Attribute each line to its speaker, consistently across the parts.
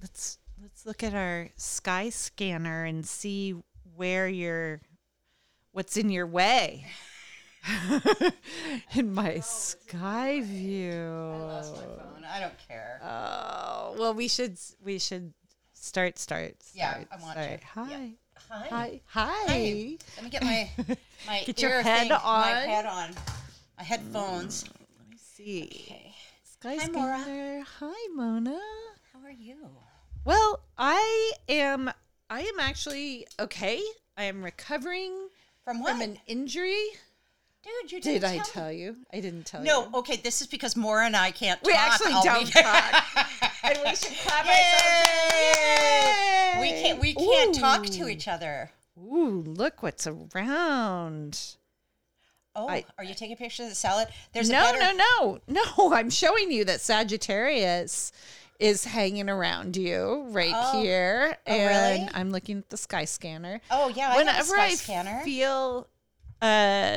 Speaker 1: Let's let's look at our sky scanner and see where your what's in your way.
Speaker 2: Oh,
Speaker 1: in my sky
Speaker 2: lost my
Speaker 1: view.
Speaker 2: phone. I don't care.
Speaker 1: Oh, well we should s- we should start start.
Speaker 2: Yeah,
Speaker 1: start,
Speaker 2: I want
Speaker 1: start.
Speaker 2: to.
Speaker 1: Hi.
Speaker 2: Yeah. Hi.
Speaker 1: Hi.
Speaker 2: Hi.
Speaker 1: Hi.
Speaker 2: Let me get my my
Speaker 1: Get your
Speaker 2: ear
Speaker 1: head
Speaker 2: thing- My
Speaker 1: on. Mm.
Speaker 2: head on. My headphones.
Speaker 1: Let me see.
Speaker 2: Okay.
Speaker 1: Sky
Speaker 2: Hi, Maura.
Speaker 1: scanner. Hi Mona.
Speaker 2: How are you?
Speaker 1: Well, I am I am actually okay. I am recovering
Speaker 2: From what?
Speaker 1: from an injury.
Speaker 2: Dude, you
Speaker 1: Did
Speaker 2: didn't
Speaker 1: I
Speaker 2: tell me.
Speaker 1: tell you? I didn't tell you.
Speaker 2: No, okay, this is because Maura and I can't
Speaker 1: We
Speaker 2: talk.
Speaker 1: actually
Speaker 2: all
Speaker 1: don't
Speaker 2: week.
Speaker 1: talk. And we should clap
Speaker 2: Yay! We can't we can't talk to
Speaker 1: Ooh.
Speaker 2: each other.
Speaker 1: Ooh, look what's around.
Speaker 2: Oh,
Speaker 1: I-
Speaker 2: are you taking pictures of the salad? There's a
Speaker 1: no,
Speaker 2: better
Speaker 1: no, no. No, I'm showing you that Sagittarius is hanging around you right
Speaker 2: Oh.
Speaker 1: here.
Speaker 2: Oh, really?
Speaker 1: and I'm looking at the sky scanner.
Speaker 2: Oh yeah, I have a
Speaker 1: whenever
Speaker 2: sky
Speaker 1: I
Speaker 2: scanner.
Speaker 1: feel uh,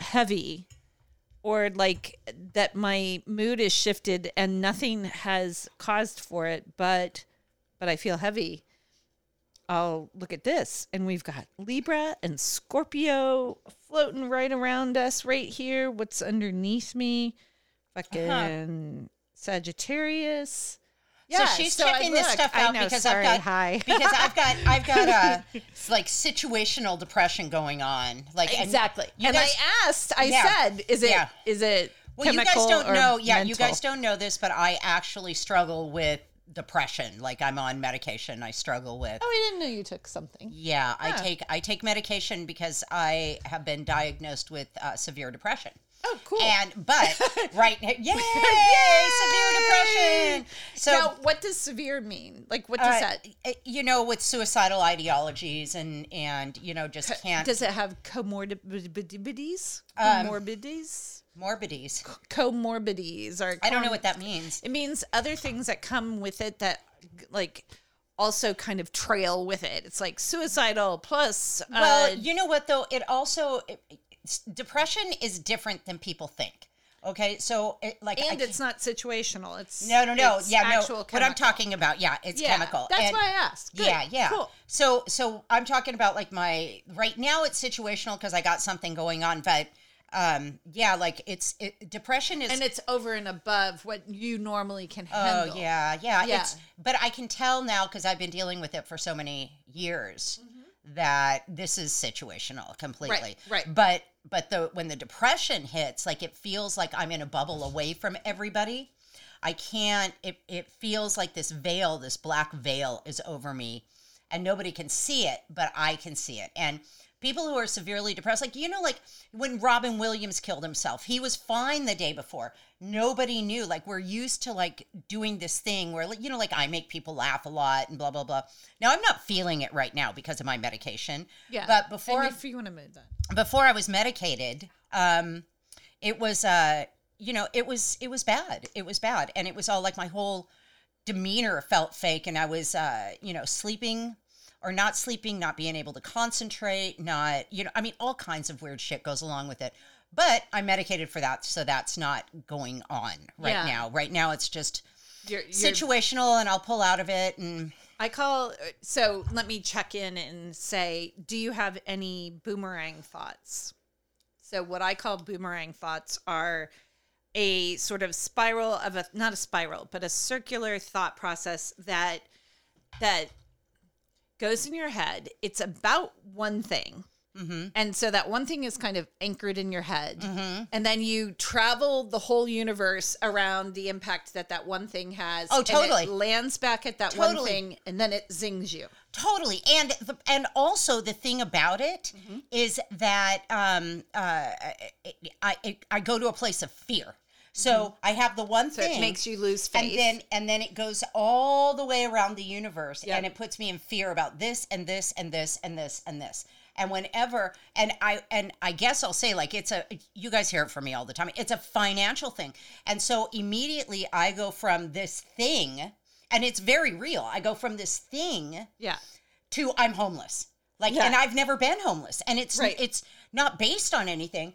Speaker 1: heavy or like that my mood is shifted and nothing has caused for it, but but I feel heavy. I'll look at this, and we've got Libra and Scorpio floating right around us, right here. What's underneath me? Fucking Sagittarius.
Speaker 2: she's
Speaker 1: I
Speaker 2: checking this
Speaker 1: look.
Speaker 2: stuff
Speaker 1: I
Speaker 2: out
Speaker 1: know,
Speaker 2: because I've
Speaker 1: sorry,
Speaker 2: got-
Speaker 1: hi.
Speaker 2: because I've got I've got a it's like situational depression going on. Like and
Speaker 1: Exactly.
Speaker 2: you
Speaker 1: and
Speaker 2: guys-
Speaker 1: I asked, I
Speaker 2: Yeah.
Speaker 1: said, is it is
Speaker 2: Yeah.
Speaker 1: it
Speaker 2: Well, you guys
Speaker 1: chemical
Speaker 2: don't
Speaker 1: or
Speaker 2: know. Yeah, you
Speaker 1: mental?
Speaker 2: guys don't know this, but I actually struggle with depression. Like I'm on medication. I struggle with.
Speaker 1: Oh, I didn't know you took something.
Speaker 2: Yeah, I
Speaker 1: Huh.
Speaker 2: take I take medication because I have been diagnosed with uh, severe depression.
Speaker 1: Oh, cool.
Speaker 2: And but right, yay, severe depression. So
Speaker 1: now, what does severe mean? Like, what does
Speaker 2: uh,
Speaker 1: that?
Speaker 2: you know, with suicidal ideologies and and you know just can't
Speaker 1: Does it have comorbidities?
Speaker 2: Um,
Speaker 1: Comorbidities?
Speaker 2: morbidities.
Speaker 1: comorbidities? Or
Speaker 2: I don't know
Speaker 1: com-
Speaker 2: what that means.
Speaker 1: It means other things that come with it that, like, also kind of trail with it. It's like suicidal plus.
Speaker 2: Well,
Speaker 1: uh,
Speaker 2: you know what though? It also it, it's- depression is different than people think. Okay, so it, like I
Speaker 1: and it's not situational. It's
Speaker 2: No, no, no.
Speaker 1: it's
Speaker 2: yeah, no.
Speaker 1: actual
Speaker 2: What I'm
Speaker 1: chemical.
Speaker 2: talking about, yeah, it's
Speaker 1: Yeah,
Speaker 2: chemical.
Speaker 1: That's
Speaker 2: And-
Speaker 1: why I asked. Good,
Speaker 2: Yeah, yeah.
Speaker 1: Cool.
Speaker 2: So, so I'm talking about like my right now. It's situational because I got something going on, but um, yeah, like it's it, depression is.
Speaker 1: And it's over and above what you normally can
Speaker 2: oh
Speaker 1: handle.
Speaker 2: yeah, yeah,
Speaker 1: Yeah.
Speaker 2: It's but I can tell now because I've been dealing with it for so many years that this is situational completely.
Speaker 1: Mm-hmm. right.
Speaker 2: But but the when the depression hits, like it feels like I'm in a bubble away from everybody. I can't. It it feels like this veil, this black veil, is over me, and nobody can see it, but I can see it. And people who are severely depressed, like you know, like when Robin Williams killed himself, he was fine the day before. Nobody knew. Like we're used to like doing this thing where like, you know, like I make people laugh a lot and blah blah blah. Now I'm not feeling it right now because of my medication.
Speaker 1: Yeah.
Speaker 2: But before
Speaker 1: and if you want to move that.
Speaker 2: before I was medicated, um, it was uh, you know, it was it was bad. It was bad, and it was all like my whole demeanor felt fake, and I was uh, you know sleeping or not sleeping, not being able to concentrate, not you know, I mean, all kinds of weird shit goes along with it. But I'm medicated for that, so that's not going on right
Speaker 1: Yeah.
Speaker 2: now. Right now, it's just
Speaker 1: Your, your,
Speaker 2: situational, and I'll pull out of it. And
Speaker 1: I call. So let me check in and say, do you have any boomerang thoughts? So what I call boomerang thoughts are a sort of spiral of a not a spiral, but a circular thought process that that goes in your head. It's about one thing.
Speaker 2: Mm-hmm.
Speaker 1: And so that one thing is kind of anchored in your head.
Speaker 2: Mm-hmm.
Speaker 1: And then you travel the whole universe around the impact that that one thing has.
Speaker 2: Oh,
Speaker 1: and it
Speaker 2: totally.
Speaker 1: lands back at that one
Speaker 2: Totally.
Speaker 1: thing and then it zings you.
Speaker 2: Totally, and the, and also the thing about it is
Speaker 1: Mm-hmm.
Speaker 2: that um, uh, I I- I go to a place of fear, so I have the one
Speaker 1: Mm-hmm. So
Speaker 2: thing
Speaker 1: it makes you lose faith.
Speaker 2: and then and then it goes all the way around the universe
Speaker 1: Yep.
Speaker 2: and it puts me in fear about this and this and this and this and this and whenever and i and i guess i'll say like it's a you guys hear it from me all the time it's a financial thing and so immediately i go from this thing and it's very real i go from this thing
Speaker 1: yeah.
Speaker 2: to i'm homeless like
Speaker 1: Yeah.
Speaker 2: and i've never been homeless and it's
Speaker 1: Right.
Speaker 2: it's not based on anything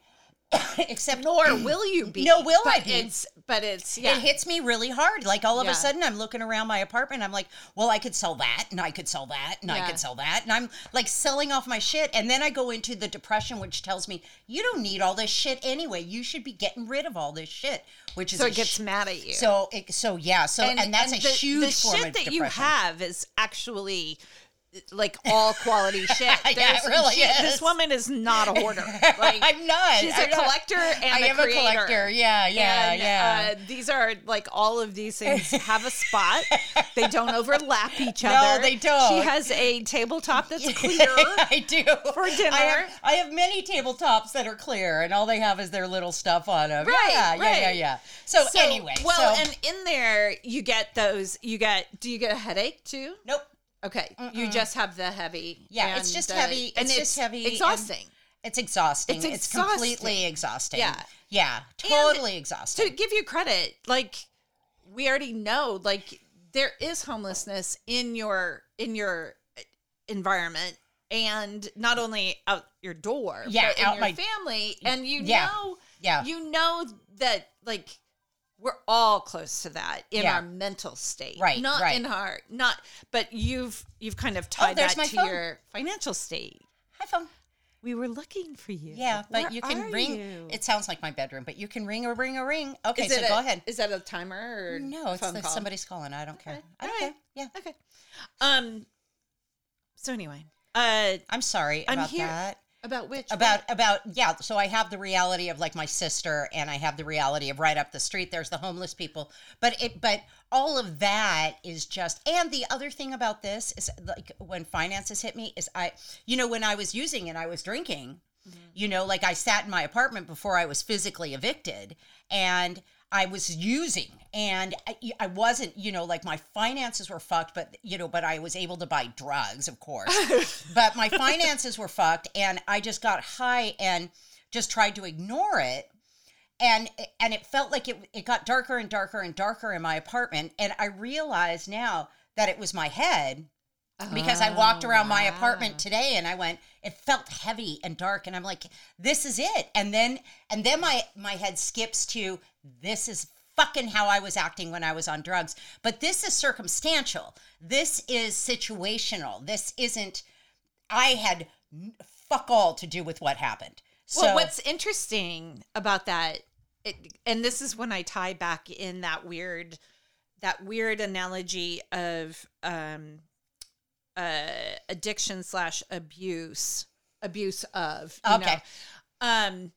Speaker 2: except
Speaker 1: Nor will you be.
Speaker 2: Nor will I
Speaker 1: but
Speaker 2: be.
Speaker 1: It's, but it's, yeah.
Speaker 2: it hits me really hard. Like all of
Speaker 1: Yeah.
Speaker 2: a sudden, I'm looking around my apartment. I'm like, well, I could sell that, and I could sell that, and
Speaker 1: Yeah.
Speaker 2: I could sell that, and I'm like selling off my shit. And then I go into the depression, which tells me you don't need all this shit anyway. You should be getting rid of all this shit, which is
Speaker 1: so
Speaker 2: a
Speaker 1: it gets
Speaker 2: sh-
Speaker 1: mad at you.
Speaker 2: so it, so yeah so and, that's a
Speaker 1: the,
Speaker 2: huge
Speaker 1: the
Speaker 2: form
Speaker 1: shit
Speaker 2: of
Speaker 1: that
Speaker 2: depression.
Speaker 1: you have is actually like all quality shit.
Speaker 2: it
Speaker 1: There's-
Speaker 2: really
Speaker 1: she- This
Speaker 2: is.
Speaker 1: woman is not a hoarder. Like,
Speaker 2: I'm not.
Speaker 1: She's
Speaker 2: I'm
Speaker 1: a
Speaker 2: not.
Speaker 1: collector and
Speaker 2: I
Speaker 1: a
Speaker 2: am
Speaker 1: creator.
Speaker 2: a collector. Yeah, yeah,
Speaker 1: and,
Speaker 2: yeah.
Speaker 1: Uh, these are like all of these things have a spot. they don't overlap each other.
Speaker 2: they don't.
Speaker 1: She has a tabletop that's clear.
Speaker 2: I do
Speaker 1: for dinner.
Speaker 2: I have, I have many tabletops that are clear, and all they have is their little stuff on them.
Speaker 1: Right,
Speaker 2: yeah, yeah, yeah,
Speaker 1: right.
Speaker 2: yeah. So, anyway,
Speaker 1: well,
Speaker 2: so-
Speaker 1: and in there you get those. You get. Do you get a headache too?
Speaker 2: nope,
Speaker 1: Okay, you just have the heavy.
Speaker 2: Yeah, it's
Speaker 1: and,
Speaker 2: just
Speaker 1: uh,
Speaker 2: heavy. It's
Speaker 1: and
Speaker 2: just heavy and-
Speaker 1: Exhausting.
Speaker 2: it's exhausting.
Speaker 1: It's
Speaker 2: It's, completely
Speaker 1: exhausting.
Speaker 2: exhausting.
Speaker 1: Yeah.
Speaker 2: yeah, totally exhausting.
Speaker 1: to give you credit, like we already know, like there is homelessness in your in your environment, and not only out your door,
Speaker 2: Yeah,
Speaker 1: but in
Speaker 2: out
Speaker 1: your
Speaker 2: my-
Speaker 1: family, and you
Speaker 2: Yeah,
Speaker 1: know,
Speaker 2: yeah.
Speaker 1: you know that like we're all close to that in
Speaker 2: Yeah.
Speaker 1: our mental state,
Speaker 2: Right,
Speaker 1: Not
Speaker 2: right. Oh,
Speaker 1: in our not, but you've you've kind of tied
Speaker 2: there's
Speaker 1: that
Speaker 2: my
Speaker 1: to
Speaker 2: phone.
Speaker 1: your financial state.
Speaker 2: Hi, phone.
Speaker 1: We were looking for you.
Speaker 2: Yeah, but
Speaker 1: Where
Speaker 2: you
Speaker 1: are
Speaker 2: can ring.
Speaker 1: you?
Speaker 2: It sounds like my bedroom, but you can ring a ring a ring. Okay, so
Speaker 1: it
Speaker 2: go
Speaker 1: a-
Speaker 2: ahead.
Speaker 1: Is that a timer or
Speaker 2: No, it's
Speaker 1: phone
Speaker 2: like
Speaker 1: call?
Speaker 2: somebody's calling. I don't care. I don't
Speaker 1: All right.
Speaker 2: care. Yeah,
Speaker 1: Okay. Um. So anyway, uh,
Speaker 2: I'm sorry
Speaker 1: I'm
Speaker 2: about
Speaker 1: here-
Speaker 2: that.
Speaker 1: about which
Speaker 2: about about yeah so i have the reality of like my sister and i have the reality of right up the street there's the homeless people but it but all of that is just and the other thing about this is like when finances hit me is i you know when i was using and i was drinking you know like i sat in my apartment before i was physically evicted and i was using and I, I wasn't you know like my finances were fucked but you know but i was able to buy drugs of course but my finances were fucked and i just got high and just tried to ignore it and and it felt like it, it got darker and darker and darker in my apartment and i realize now that it was my head because I walked
Speaker 1: Oh,
Speaker 2: around my apartment today and I went, it felt heavy and dark, and I'm like, this is it. And then and then my my head skips to this is fucking how I was acting when I was on drugs. But this is circumstantial. This is situational. This isn't. I had n- fuck all to do with what happened. So
Speaker 1: well, what's interesting about that, it, and this is when I tie back in that weird, that weird analogy of um, uh, addiction slash abuse, abuse of, you
Speaker 2: Okay.
Speaker 1: know, um,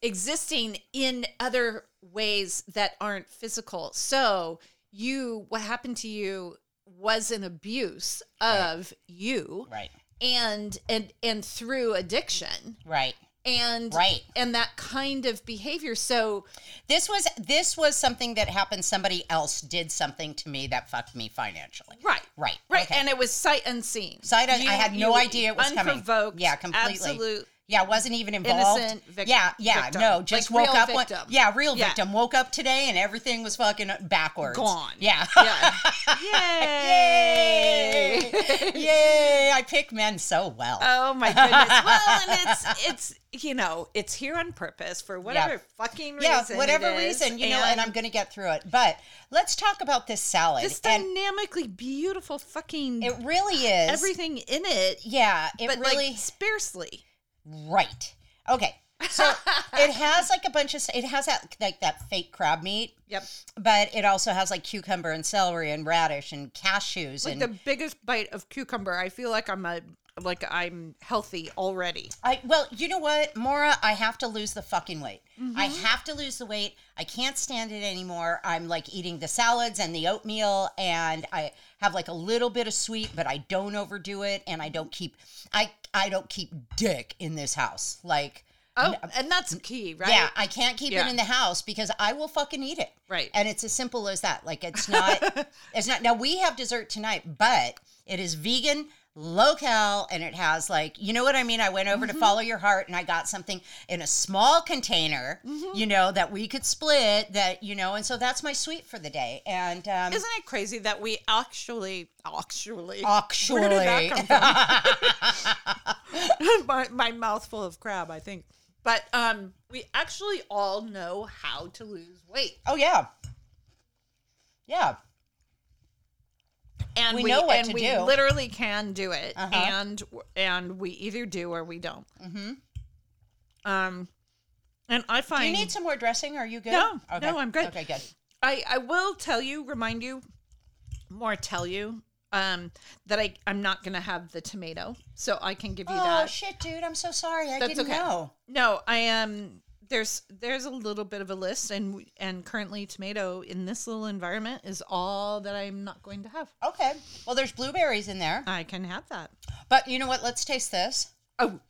Speaker 1: existing in other ways that aren't physical. So you, what happened to you was an abuse of you,
Speaker 2: right,
Speaker 1: and and and through addiction
Speaker 2: right.
Speaker 1: and
Speaker 2: Right.
Speaker 1: and that kind of behavior so
Speaker 2: This was this was something that happened. Somebody else did something to me that fucked me financially.
Speaker 1: right
Speaker 2: Right.
Speaker 1: right
Speaker 2: Okay.
Speaker 1: and it was sight unseen
Speaker 2: Sight un-
Speaker 1: You-
Speaker 2: I had no
Speaker 1: you-
Speaker 2: idea it was coming.
Speaker 1: unprovoked,
Speaker 2: Yeah, completely.
Speaker 1: absolute
Speaker 2: Yeah, wasn't even involved.
Speaker 1: Innocent vic-
Speaker 2: yeah, yeah,
Speaker 1: victim.
Speaker 2: no, just
Speaker 1: Like,
Speaker 2: woke
Speaker 1: real
Speaker 2: up. one-
Speaker 1: victim.
Speaker 2: yeah, real
Speaker 1: Yeah.
Speaker 2: victim. Woke up today and everything was fucking backwards.
Speaker 1: gone
Speaker 2: Yeah.
Speaker 1: yeah
Speaker 2: Yay!
Speaker 1: yay
Speaker 2: Yay! I pick men so well.
Speaker 1: oh my goodness well and it's it's you know it's here on purpose for whatever fucking reason
Speaker 2: yeah,
Speaker 1: it
Speaker 2: whatever
Speaker 1: is,
Speaker 2: reason, you know, and I'm going to get through it. But let's talk about this salad.
Speaker 1: this
Speaker 2: and
Speaker 1: dynamically beautiful fucking
Speaker 2: it really is.
Speaker 1: everything in it
Speaker 2: yeah, it
Speaker 1: but
Speaker 2: really.
Speaker 1: like sparsely
Speaker 2: right. Okay. So it has like a bunch of. s- It has that like that fake crab meat.
Speaker 1: yep
Speaker 2: but it also has like cucumber and celery and radish and cashews
Speaker 1: like
Speaker 2: and
Speaker 1: the biggest bite of cucumber. I feel like I'm a like I'm healthy already.
Speaker 2: I well, you know what, Mora, I have to lose the fucking weight. I have to lose the weight. I can't stand it anymore. I'm like eating the salads and the oatmeal and I have like a little bit of sweet, but I don't overdo it and I don't keep I I don't keep dick in this house. Like
Speaker 1: Oh, and that's key, right?
Speaker 2: yeah, I can't keep
Speaker 1: Yeah.
Speaker 2: it in the house because I will fucking eat it.
Speaker 1: Right.
Speaker 2: And it's as simple as that. Like it's not it's not now we have dessert tonight, but it is vegan, low cal, and it has like you know what I mean? I went
Speaker 1: Mm-hmm.
Speaker 2: over to follow your heart and I got something in a small container,
Speaker 1: Mm-hmm.
Speaker 2: you know, that we could split that, you know, and so that's my sweet for the day. And um
Speaker 1: Isn't it crazy that we actually, actually,
Speaker 2: actually
Speaker 1: Where did that come from? my, my mouth full of crab, I think. But um, we actually all know how to lose weight,
Speaker 2: Oh yeah. Yeah.
Speaker 1: and
Speaker 2: We know what
Speaker 1: and
Speaker 2: to
Speaker 1: we
Speaker 2: do.
Speaker 1: literally can do it,
Speaker 2: Uh-huh.
Speaker 1: and and we either do or we don't. Mm-hmm. Um, and I find
Speaker 2: Do you need some more dressing? Are you good?
Speaker 1: No, no, I'm good.
Speaker 2: Okay, good.
Speaker 1: I, I will tell you, remind you, more tell you, um, that I, I'm not going to have the tomato. So I can give you
Speaker 2: Oh
Speaker 1: that.
Speaker 2: shit, dude! I'm so sorry. I
Speaker 1: That's
Speaker 2: didn't
Speaker 1: okay.
Speaker 2: know.
Speaker 1: no, I am. There's there's a little bit of a list, and we- and currently tomato in this little environment is all that I'm not going to have.
Speaker 2: Okay. Well, there's blueberries in there,
Speaker 1: I can have that.
Speaker 2: but you know what? Let's taste this.
Speaker 1: Oh,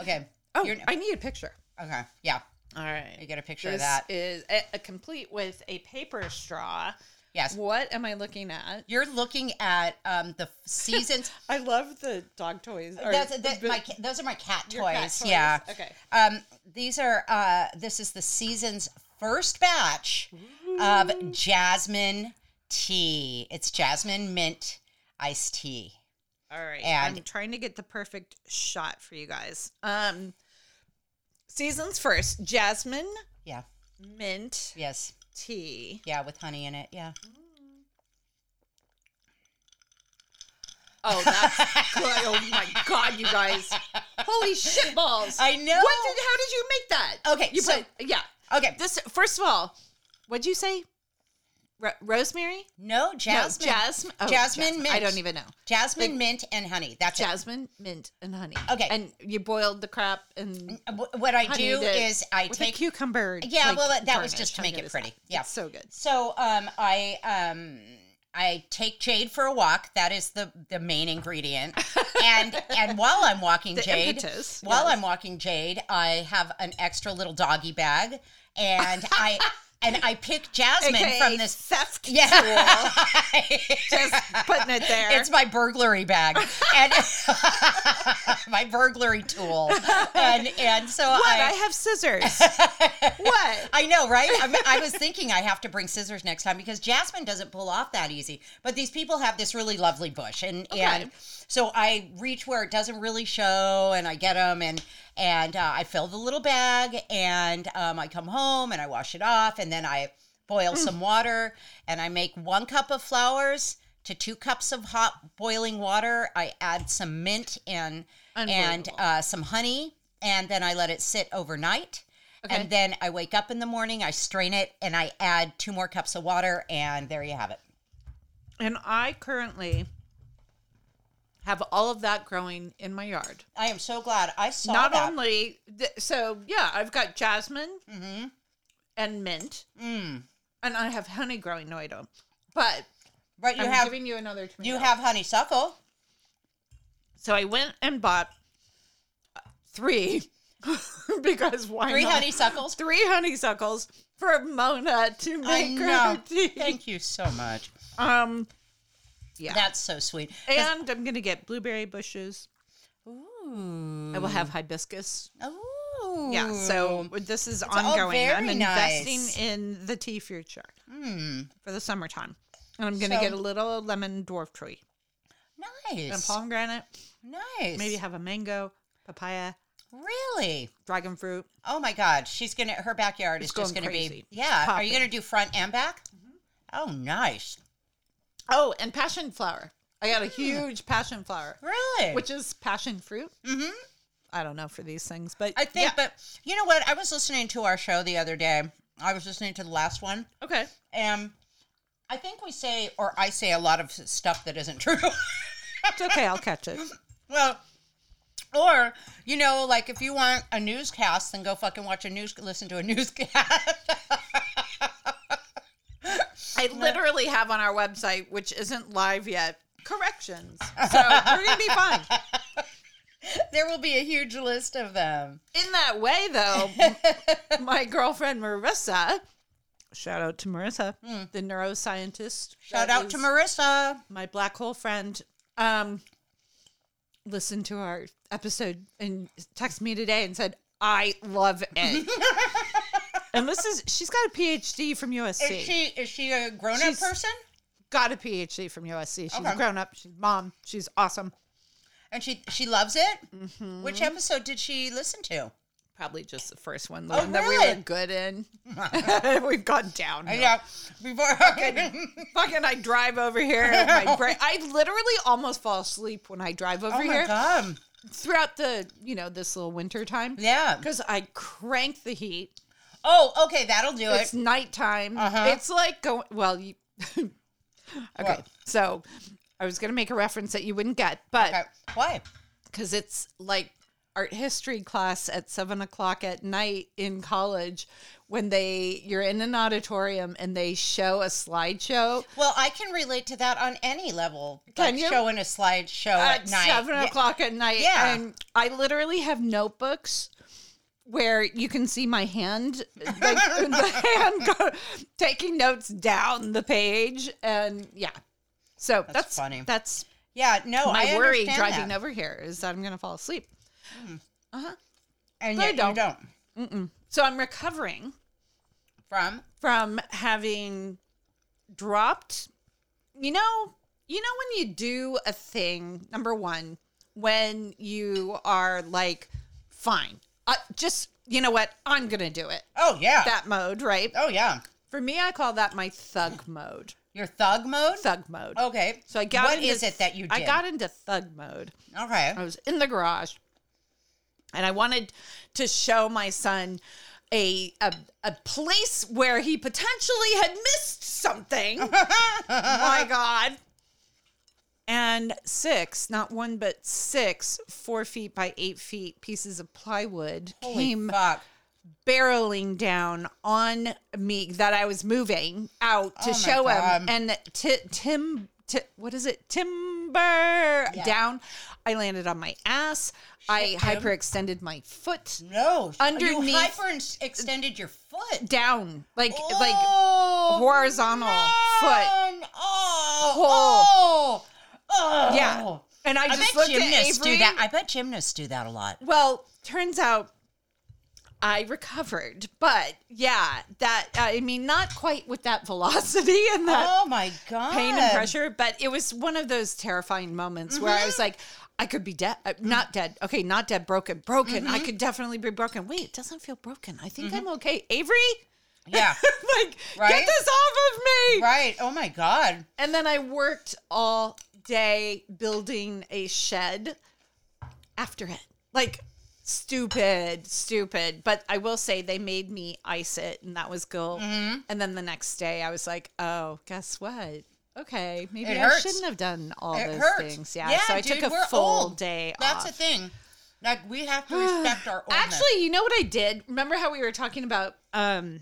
Speaker 2: Okay.
Speaker 1: oh,
Speaker 2: You're-
Speaker 1: I need a picture.
Speaker 2: okay. Yeah.
Speaker 1: All right,
Speaker 2: You get a picture
Speaker 1: this
Speaker 2: of that.
Speaker 1: is a, a complete with a paper straw.
Speaker 2: Yes.
Speaker 1: What am I looking at?
Speaker 2: You're looking at um, the f- seasons.
Speaker 1: I love the dog toys. or-
Speaker 2: That's, that, my, ca- those are my cat toys.
Speaker 1: Your cat toys.
Speaker 2: Yeah.
Speaker 1: Okay.
Speaker 2: Um, these are. Uh, this is the season's first batch of jasmine tea. It's jasmine mint iced tea.
Speaker 1: All right.
Speaker 2: And-
Speaker 1: I'm trying to get the perfect shot for you guys. Um seasons first, jasmine,
Speaker 2: Yeah.
Speaker 1: mint,
Speaker 2: Yes.
Speaker 1: tea.
Speaker 2: Yeah. With honey in it. Yeah.
Speaker 1: Oh, that's good. Oh my god, you guys. Holy shit balls.
Speaker 2: I know.
Speaker 1: What did how did you make that?
Speaker 2: Okay,
Speaker 1: You
Speaker 2: so-
Speaker 1: put yeah.
Speaker 2: Okay.
Speaker 1: This first of all, what'd you say? Ro- rosemary?
Speaker 2: No jasmine.
Speaker 1: No, jasmine. Oh,
Speaker 2: Jasmine mint.
Speaker 1: I don't even know.
Speaker 2: Jasmine, mint, and honey. That's it.
Speaker 1: Jasmine, mint, and honey.
Speaker 2: Okay. Mm,
Speaker 1: And you boiled the crap and
Speaker 2: Uh, Wh- What I
Speaker 1: honey
Speaker 2: do
Speaker 1: that-
Speaker 2: is I
Speaker 1: with
Speaker 2: take
Speaker 1: a cucumber.
Speaker 2: Yeah, well, that- that was
Speaker 1: garnish.
Speaker 2: just to
Speaker 1: How
Speaker 2: make
Speaker 1: good
Speaker 2: it
Speaker 1: is
Speaker 2: pretty.
Speaker 1: that?
Speaker 2: Yeah.
Speaker 1: It's so good.
Speaker 2: so um I um I take Jade for a walk. That is the the main ingredient. And and while I'm walking
Speaker 1: The
Speaker 2: Jade,
Speaker 1: impetus,
Speaker 2: while
Speaker 1: yes.
Speaker 2: I'm walking Jade, I have an extra little doggy bag, and I and I pick Jasmine
Speaker 1: AKA
Speaker 2: from this.
Speaker 1: theft
Speaker 2: Yeah.
Speaker 1: tool, just putting it there.
Speaker 2: It's my burglary bag and my burglary tool, and and so
Speaker 1: what?
Speaker 2: I
Speaker 1: I have scissors. what?
Speaker 2: I know, right? I'm, I was thinking I have to bring scissors next time because Jasmine doesn't pull off that easy. But these people have this really lovely bush, and and so I reach where it doesn't really show, and I get them, and and uh, I fill the little bag, and um, I come home and I wash it off, and then I boil some water, and I make one cup of flowers to two cups of hot boiling water. I add some mint and and
Speaker 1: Unbelievable.
Speaker 2: uh, some honey, and then I let it sit overnight.
Speaker 1: Okay.
Speaker 2: And then I wake up in the morning, I strain it, and I add two more cups of water, and there you have it.
Speaker 1: And I currently have all of that growing in my yard.
Speaker 2: I am so glad I saw
Speaker 1: Not
Speaker 2: that.
Speaker 1: only, th- so yeah, I've got jasmine
Speaker 2: Mm-hmm.
Speaker 1: and mint,
Speaker 2: Mm.
Speaker 1: and I have honey growing. No, I don't. But
Speaker 2: right, you
Speaker 1: I'm
Speaker 2: have
Speaker 1: giving you another tomato.
Speaker 2: you have honeysuckle.
Speaker 1: So I went and bought three because why
Speaker 2: Three
Speaker 1: not?
Speaker 2: honeysuckles.
Speaker 1: three honeysuckles for Mona to
Speaker 2: I
Speaker 1: make her
Speaker 2: know.
Speaker 1: tea.
Speaker 2: Thank you so much.
Speaker 1: Um, yeah,
Speaker 2: That's so sweet.
Speaker 1: and I'm gonna get blueberry bushes.
Speaker 2: Ooh.
Speaker 1: I will have hibiscus.
Speaker 2: Mm. Ooh.
Speaker 1: Yeah, so this is
Speaker 2: all
Speaker 1: ongoing. I'm
Speaker 2: very
Speaker 1: investing
Speaker 2: nice. Hmm.
Speaker 1: in the tea future for the summertime, and I'm gonna
Speaker 2: So-
Speaker 1: get a little lemon dwarf tree and
Speaker 2: nice.
Speaker 1: pomegranate.
Speaker 2: Nice.
Speaker 1: Maybe have a mango, papaya,
Speaker 2: really.
Speaker 1: dragon fruit.
Speaker 2: Oh my God, she's gonna. Her backyard is just
Speaker 1: going
Speaker 2: gonna
Speaker 1: crazy.
Speaker 2: be. Yeah. Are
Speaker 1: Popping.
Speaker 2: you
Speaker 1: Mm-hmm.
Speaker 2: gonna do front and back? Oh, nice.
Speaker 1: Oh, and passion flower. I got a huge passion flower.
Speaker 2: Really.
Speaker 1: which is passion fruit. Mm-hmm. I don't know for these things, but
Speaker 2: I think,
Speaker 1: yeah.
Speaker 2: but you know what? I was listening to our show the other day. I was listening to the last one,
Speaker 1: okay.
Speaker 2: and I think we say, or I say, a lot of stuff that isn't true.
Speaker 1: It's okay. I'll catch it.
Speaker 2: Well, or you know, like if you want a newscast, then go fucking watch a news, listen to a newscast.
Speaker 1: I literally have on our website, which isn't live yet, corrections. So we're gonna be fine.
Speaker 2: there will be a huge list of them.
Speaker 1: In that way, though, my girlfriend Marissa, shout out to Marissa, the neuroscientist.
Speaker 2: Shout
Speaker 1: that
Speaker 2: out
Speaker 1: is
Speaker 2: to Marissa.
Speaker 1: my black hole friend. Um, listened to our episode and texted me today and said, "I love it." and this is she's got a PhD from USC.
Speaker 2: Is she is she a grown up
Speaker 1: She's-
Speaker 2: person?
Speaker 1: got a PhD from USC. She's
Speaker 2: Okay.
Speaker 1: a grown up. She's mom. She's awesome.
Speaker 2: And she she loves it.
Speaker 1: Mm-hmm.
Speaker 2: Which episode did she listen to?
Speaker 1: Probably just the first one, the
Speaker 2: Oh,
Speaker 1: one that we
Speaker 2: really?
Speaker 1: were good in. We've gone down.
Speaker 2: Yeah, before
Speaker 1: Fucking, I drive over here. My brain, I literally almost fall asleep when I drive over
Speaker 2: oh my
Speaker 1: here
Speaker 2: god,
Speaker 1: throughout the, you know, this little winter time.
Speaker 2: yeah.
Speaker 1: Because I crank the heat.
Speaker 2: Oh, okay, that'll do
Speaker 1: It's
Speaker 2: it.
Speaker 1: nighttime.
Speaker 2: Uh-huh.
Speaker 1: It's like going, well, you. okay.
Speaker 2: What?
Speaker 1: So I was going to make a reference that you wouldn't get, but.
Speaker 2: Okay. Why?
Speaker 1: because it's like art history class at seven o'clock at night in college when they you're in an auditorium and they show a slideshow
Speaker 2: Well, I can relate to that on any level.
Speaker 1: Can
Speaker 2: like
Speaker 1: you?
Speaker 2: showing a slideshow
Speaker 1: at
Speaker 2: at night?
Speaker 1: seven
Speaker 2: Yeah.
Speaker 1: o'clock at night
Speaker 2: Yeah.
Speaker 1: and i literally have notebooks where you can see my hand like the hand go, taking notes down the page and yeah so that's,
Speaker 2: funny.
Speaker 1: that's
Speaker 2: Yeah, no,
Speaker 1: my
Speaker 2: I
Speaker 1: worry
Speaker 2: understand
Speaker 1: driving
Speaker 2: that.
Speaker 1: over here is that i'm gonna fall asleep
Speaker 2: and
Speaker 1: I
Speaker 2: yet
Speaker 1: don't.
Speaker 2: you don't.
Speaker 1: so i'm recovering
Speaker 2: From
Speaker 1: from having dropped you know you know when you do a thing number one when you are like fine uh, just you know what i'm gonna do it
Speaker 2: oh yeah,
Speaker 1: that mode right
Speaker 2: oh yeah,
Speaker 1: for me i call that my thug mode
Speaker 2: your thug mode.
Speaker 1: thug mode
Speaker 2: Okay,
Speaker 1: so i got
Speaker 2: Oh, What
Speaker 1: into,
Speaker 2: is it that you did?
Speaker 1: i got into thug mode
Speaker 2: okay.
Speaker 1: I was in the garage and I wanted to show my son a a, a place where he potentially had missed something. my God. And six, not one but six, four feet by eight feet pieces of plywood
Speaker 2: Holy
Speaker 1: came
Speaker 2: fuck.
Speaker 1: barreling down on me that I was moving out to
Speaker 2: Oh my
Speaker 1: show
Speaker 2: God.
Speaker 1: him. And t- Tim, ti what is it? Timber down. I landed on my ass. I hyperextended my foot
Speaker 2: No,
Speaker 1: Underneath-
Speaker 2: You hyper extended your foot.
Speaker 1: down, like like
Speaker 2: oh,
Speaker 1: horizontal foot.
Speaker 2: man. Oh,
Speaker 1: Hole.
Speaker 2: oh, oh.
Speaker 1: Yeah. And I
Speaker 2: I
Speaker 1: just
Speaker 2: bet
Speaker 1: looked at
Speaker 2: gymnasts
Speaker 1: Avery.
Speaker 2: do that. I bet gymnasts do that a lot.
Speaker 1: Well, turns out I recovered, but yeah, that I mean, not quite with that velocity and that
Speaker 2: Oh my god!
Speaker 1: pain and pressure, but it was one of those terrifying moments where I was like, I could be dead, uh, not dead. Okay, not dead, broken, broken. I could definitely be broken. Wait, it doesn't feel broken. I think I'm okay. Avery,
Speaker 2: Yeah.
Speaker 1: like,
Speaker 2: Right?
Speaker 1: get this off of me.
Speaker 2: Right. Oh my god.
Speaker 1: And then I worked all day building a shed after it. Like, stupid, stupid. But I will say they made me ice it, and that was cool.
Speaker 2: Mm-hmm.
Speaker 1: And then the next day, I was like, oh, guess what? Okay, maybe
Speaker 2: It
Speaker 1: I
Speaker 2: hurts.
Speaker 1: shouldn't have done all
Speaker 2: It
Speaker 1: those
Speaker 2: hurts.
Speaker 1: things. Yeah,
Speaker 2: Yeah,
Speaker 1: so I
Speaker 2: dude,
Speaker 1: took
Speaker 2: we're
Speaker 1: a full
Speaker 2: old.
Speaker 1: day
Speaker 2: That's
Speaker 1: off.
Speaker 2: the thing. Like we have to respect our oldness.
Speaker 1: Actually, you know what I did? Remember how we were talking about um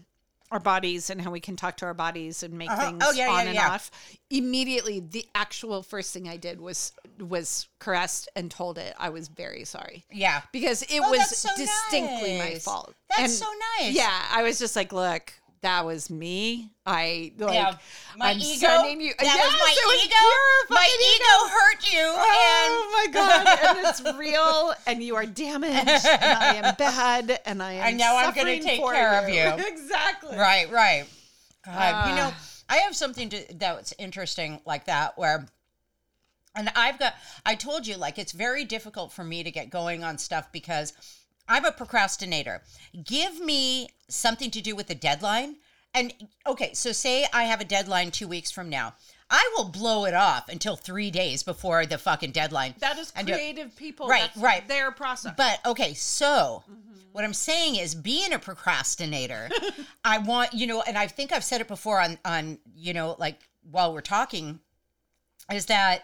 Speaker 1: our bodies and how we can talk to our bodies and make
Speaker 2: Uh-huh.
Speaker 1: things
Speaker 2: Oh, yeah,
Speaker 1: on
Speaker 2: yeah,
Speaker 1: and
Speaker 2: yeah.
Speaker 1: off. Immediately, the actual first thing I did was was caressed and told it I was very sorry
Speaker 2: yeah.
Speaker 1: because it
Speaker 2: Oh,
Speaker 1: was
Speaker 2: that's so
Speaker 1: distinctly my
Speaker 2: nice.
Speaker 1: fault.
Speaker 2: That's
Speaker 1: And,
Speaker 2: so nice.
Speaker 1: Yeah, I was just like, look, that was me. I like
Speaker 2: yeah. My
Speaker 1: I'm
Speaker 2: ego.
Speaker 1: sending you.
Speaker 2: That
Speaker 1: yes,
Speaker 2: was my
Speaker 1: it was
Speaker 2: ego.
Speaker 1: pure
Speaker 2: my
Speaker 1: fucking Oh my
Speaker 2: ego, hurt you,
Speaker 1: god! and it's real, and you are damaged, and I am bad, and I am.
Speaker 2: And now I'm gonna
Speaker 1: suffering
Speaker 2: take
Speaker 1: for
Speaker 2: care of you.
Speaker 1: exactly.
Speaker 2: and right, right. God, you know,
Speaker 1: Ah.
Speaker 2: I have something to, that's interesting like that where. And I've got, I told you, like, it's very difficult for me to get going on stuff because I'm a procrastinator. Give me something to do with a deadline. And okay, so say I have a deadline two weeks from now. I will blow it off until three days before the fucking deadline.
Speaker 1: That is
Speaker 2: And do it.
Speaker 1: creative people.
Speaker 2: Right,
Speaker 1: That's
Speaker 2: right.
Speaker 1: Their process.
Speaker 2: But okay, so what I'm saying is being a procrastinator, I want, you know, and I think I've said it before on on, you know, like while we're talking is that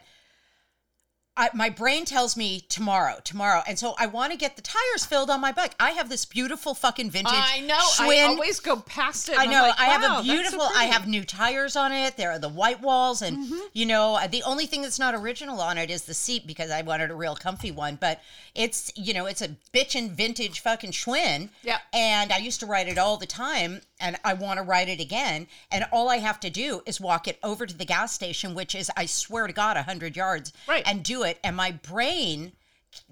Speaker 2: I, my brain tells me tomorrow, tomorrow, and so I want to get the tires filled on my bike. I have this beautiful fucking vintage.
Speaker 1: I know. I
Speaker 2: Schwinn.
Speaker 1: always go past it. and
Speaker 2: I
Speaker 1: I'm
Speaker 2: know.
Speaker 1: like,
Speaker 2: I
Speaker 1: wow,
Speaker 2: have a
Speaker 1: that's so
Speaker 2: beautiful. I
Speaker 1: pretty. Mm-hmm.
Speaker 2: have new tires on it. There are the white walls, and you know, uh, the only thing that's not original on it is the seat because I wanted a real comfy one. But it's you know, it's a bitchin' vintage fucking Schwinn.
Speaker 1: Yeah.
Speaker 2: And I used to ride it all the time, and I want to ride it again. And all I have to do is walk it over to the gas station, which is, I swear to God, hundred yards.
Speaker 1: Right.
Speaker 2: And do it, and my brain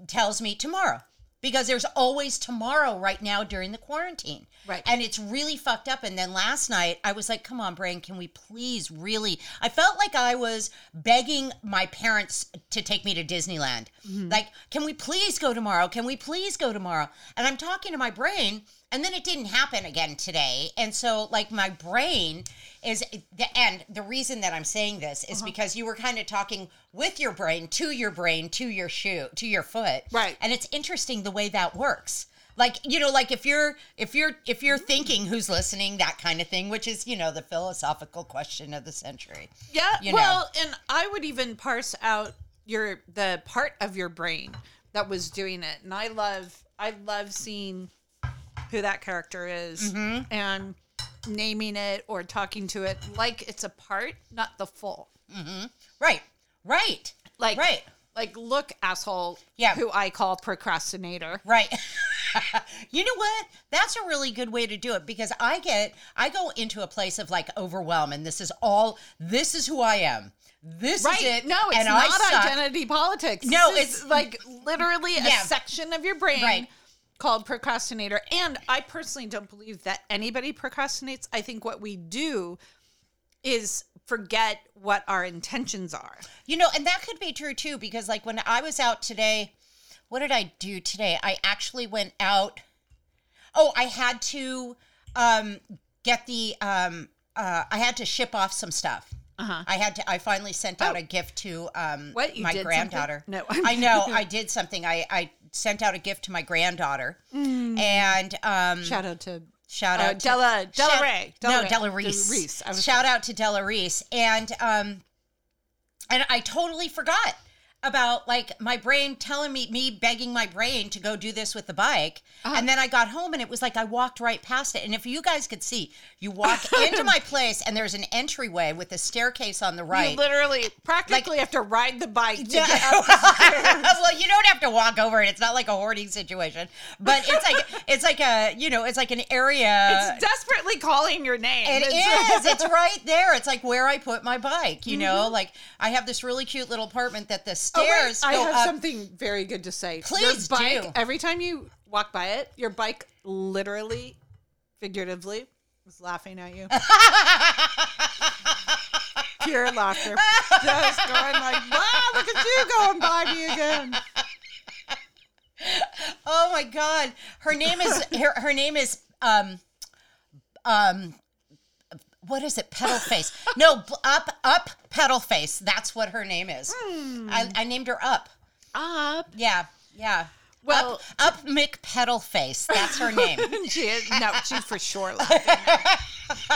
Speaker 2: tells me tomorrow because there's always tomorrow right now during the quarantine.
Speaker 1: Right.
Speaker 2: And it's really fucked up. And then last night I was like, come on, brain, can we please really? I felt like I was begging my parents to take me to Disneyland. Like, can we please go tomorrow? Can we please go tomorrow? And I'm talking to my brain. And then it didn't happen again today. And so, like, my brain is, the and the reason that I'm saying this is because you were kind of talking with your brain, to your brain, to your shoe, to your foot.
Speaker 1: Right.
Speaker 2: And it's interesting the way that works. Like, you know, like if you're if you're if you're thinking who's listening, that kind of thing, which is, you know, the philosophical question of the century.
Speaker 1: Yeah.
Speaker 2: you
Speaker 1: well, and I would even parse out your the part of your brain that was doing it. And I love I love seeing who that character is
Speaker 2: Mm-hmm.
Speaker 1: and naming it or talking to it like it's a part, not the full.
Speaker 2: Right. Right.
Speaker 1: Like
Speaker 2: Right.
Speaker 1: Like look, asshole.
Speaker 2: Yeah.
Speaker 1: Who I call procrastinator.
Speaker 2: Right. you know what? That's a really good way to do it because I get I go into a place of like overwhelm and this is all this is who I am. This
Speaker 1: Right.
Speaker 2: is it.
Speaker 1: No, it's
Speaker 2: and I
Speaker 1: not
Speaker 2: suck.
Speaker 1: identity politics.
Speaker 2: No,
Speaker 1: This is,
Speaker 2: it's-
Speaker 1: like literally a
Speaker 2: Yeah.
Speaker 1: section of your brain
Speaker 2: Right.
Speaker 1: called procrastinator. And I personally don't believe that anybody procrastinates. I think what we do is forget what our intentions are.
Speaker 2: You know, and that could be true too, because like when I was out today, what did I do today? I actually went out. Oh, I had to um, get the. Um, uh, I had to ship off some stuff.
Speaker 1: Uh-huh. Oh.
Speaker 2: I had to. I finally sent out a gift to um,
Speaker 1: What, you
Speaker 2: my
Speaker 1: did something?
Speaker 2: granddaughter.
Speaker 1: No, I'm-
Speaker 2: I know I did something. I I sent out a gift to my granddaughter, and um,
Speaker 1: Shout out to
Speaker 2: Shout
Speaker 1: Mm. Uh,
Speaker 2: out to
Speaker 1: Della- Della
Speaker 2: shout-
Speaker 1: Ray. Della
Speaker 2: No,
Speaker 1: Ray.
Speaker 2: Della Reese.
Speaker 1: Della Reese. I was
Speaker 2: Shout out to Della Reese. And um and I totally forgot about like my brain telling me me begging my brain to go do this with the bike.
Speaker 1: Uh-huh.
Speaker 2: And then I got home and it was like I walked right past it. And if you guys could see, you walk into my place and there's an entryway with a staircase on the right.
Speaker 1: you literally practically have to ride the bike to
Speaker 2: Yeah.
Speaker 1: get up the
Speaker 2: well, you don't have to walk over it. It's not like a hoarding situation, but it's like it's like a you know it's like an area.
Speaker 1: It's desperately calling your name.
Speaker 2: It
Speaker 1: It's-
Speaker 2: is. It's right there. It's like where I put my bike. You know, like I have this really cute little apartment that the
Speaker 1: Mm-hmm. Oh, wait,
Speaker 2: stairs
Speaker 1: I
Speaker 2: go
Speaker 1: have
Speaker 2: up.
Speaker 1: something very good to say.
Speaker 2: Please
Speaker 1: your bike,
Speaker 2: do.
Speaker 1: Every time you walk by it, your bike literally, figuratively, is laughing at you. Pure laughter. Just going like, wow, look at you going by me again.
Speaker 2: Oh my god, her name is her, her name is um um what is it? Petal face? No, b- up up petal face. That's what her name is.
Speaker 1: Hmm.
Speaker 2: I, I named her up.
Speaker 1: Up.
Speaker 2: Yeah, yeah.
Speaker 1: Well-
Speaker 2: up, up Mick Petal face. That's her name.
Speaker 1: She is, no, she's for sure laughing.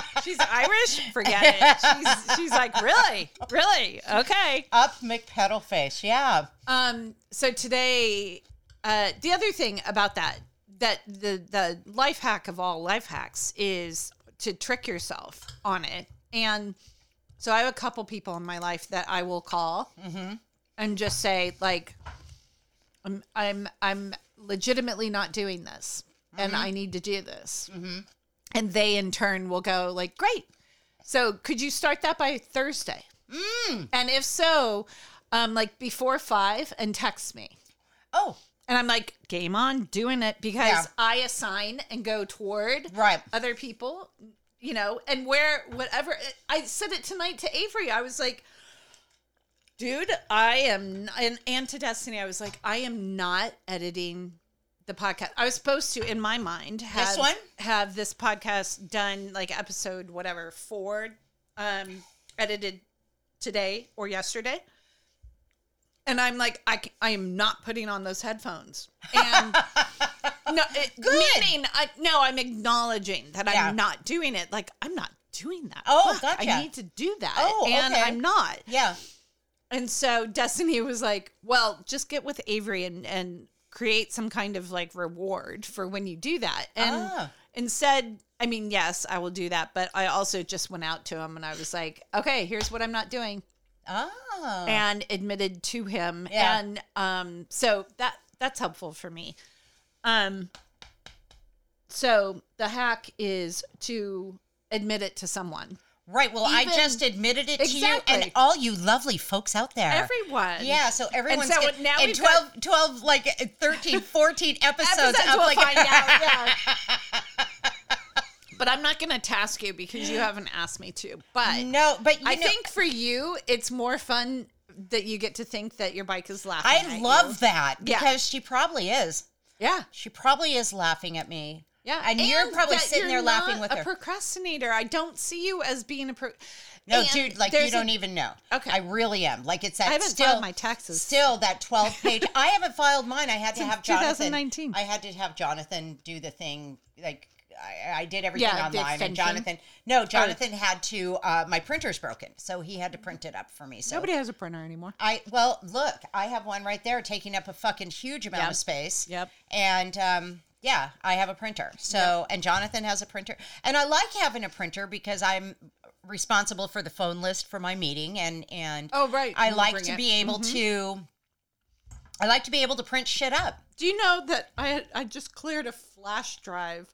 Speaker 1: She's Irish? Forget it. She's, she's like, really? Really? Okay.
Speaker 2: up Mick Petal face. Yeah.
Speaker 1: Um, so today, uh, the other thing about that, that the the life hack of all life hacks is to trick yourself on it. And so I have a couple people in my life that I will call and just say like, I'm I'm I'm legitimately not doing this, and I need to do this. And they in turn will go like, great. So could you start that by Thursday? And if so, um, like before five and text me.
Speaker 2: Oh,
Speaker 1: And I'm like, game on, doing it because
Speaker 2: Yeah.
Speaker 1: I assign and go toward
Speaker 2: right.
Speaker 1: other people, you know, and where, whatever. I said it tonight to Avery. I was like, dude, I am, and, and to Destiny, I was like, I am not editing the podcast. I was supposed to, in my mind, have
Speaker 2: one?
Speaker 1: have this podcast done like episode whatever four, um, edited today or yesterday. And I'm like, I, c- I am not putting on those headphones. And no, it, meaning, I, no, I'm acknowledging that
Speaker 2: Yeah.
Speaker 1: I'm not doing it. Like, I'm not doing that.
Speaker 2: Oh,
Speaker 1: Fuck,
Speaker 2: gotcha.
Speaker 1: I need to do that.
Speaker 2: Oh,
Speaker 1: and
Speaker 2: okay.
Speaker 1: I'm not.
Speaker 2: Yeah.
Speaker 1: And so Destiny was like, "Well, just get with Avery and and create some kind of like reward for when you do that." And
Speaker 2: Ah.
Speaker 1: and said, "I mean, yes, I will do that, but I also just went out to him and I was like, "Okay, here's what I'm not doing."
Speaker 2: Oh.
Speaker 1: And admitted to him.
Speaker 2: Yeah.
Speaker 1: And um so that that's helpful for me. Um so the hack is to admit it to someone.
Speaker 2: right. Well, I
Speaker 1: even-
Speaker 2: just admitted it to you and
Speaker 1: Exactly.
Speaker 2: all you lovely folks out there.
Speaker 1: Everyone.
Speaker 2: yeah, so everyone's
Speaker 1: so
Speaker 2: get-
Speaker 1: now
Speaker 2: in
Speaker 1: we've
Speaker 2: 12,
Speaker 1: got-
Speaker 2: 12, like 13, 14 episodes,
Speaker 1: episodes
Speaker 2: of
Speaker 1: we'll
Speaker 2: like
Speaker 1: find out. Yeah. but I'm not going to task you because you haven't asked me to. But
Speaker 2: No, but Mm, you
Speaker 1: I
Speaker 2: know,
Speaker 1: think for you, it's more fun that you get to think that your bike is laughing. at
Speaker 2: I
Speaker 1: you.
Speaker 2: love that
Speaker 1: Yeah.
Speaker 2: because she probably is.
Speaker 1: Yeah.
Speaker 2: She probably is laughing at me.
Speaker 1: Yeah,
Speaker 2: And, you're probably
Speaker 1: that
Speaker 2: sitting
Speaker 1: you're
Speaker 2: there laughing
Speaker 1: not
Speaker 2: with her.
Speaker 1: a procrastinator. I don't see you as being a pro.
Speaker 2: no,
Speaker 1: And
Speaker 2: dude, like you
Speaker 1: there's a-
Speaker 2: don't even know.
Speaker 1: Okay.
Speaker 2: I really am. Like it's that
Speaker 1: I haven't
Speaker 2: still
Speaker 1: filed my taxes.
Speaker 2: Still that 12 page. I haven't filed mine. I had to have Jonathan
Speaker 1: 2019.
Speaker 2: I had to have Jonathan do the thing like I, I did everything
Speaker 1: Yeah, the
Speaker 2: online, and
Speaker 1: extension. Oh.
Speaker 2: Jonathan. No, Jonathan had to. Uh, my printer's broken, so he had to print it up for me. So
Speaker 1: Nobody has a printer anymore.
Speaker 2: I well look, I have one right there taking up a fucking huge amount
Speaker 1: Yep.
Speaker 2: of space.
Speaker 1: Yep.
Speaker 2: And um yeah, I have a printer. So and Jonathan has a printer. And I like having a printer because I'm responsible for the phone list for my meeting and and
Speaker 1: Oh, right.
Speaker 2: I
Speaker 1: You
Speaker 2: like
Speaker 1: bring
Speaker 2: to
Speaker 1: it. Mm-hmm.
Speaker 2: be able to I like to be able to print shit up.
Speaker 1: Do you know that I I just cleared a flash drive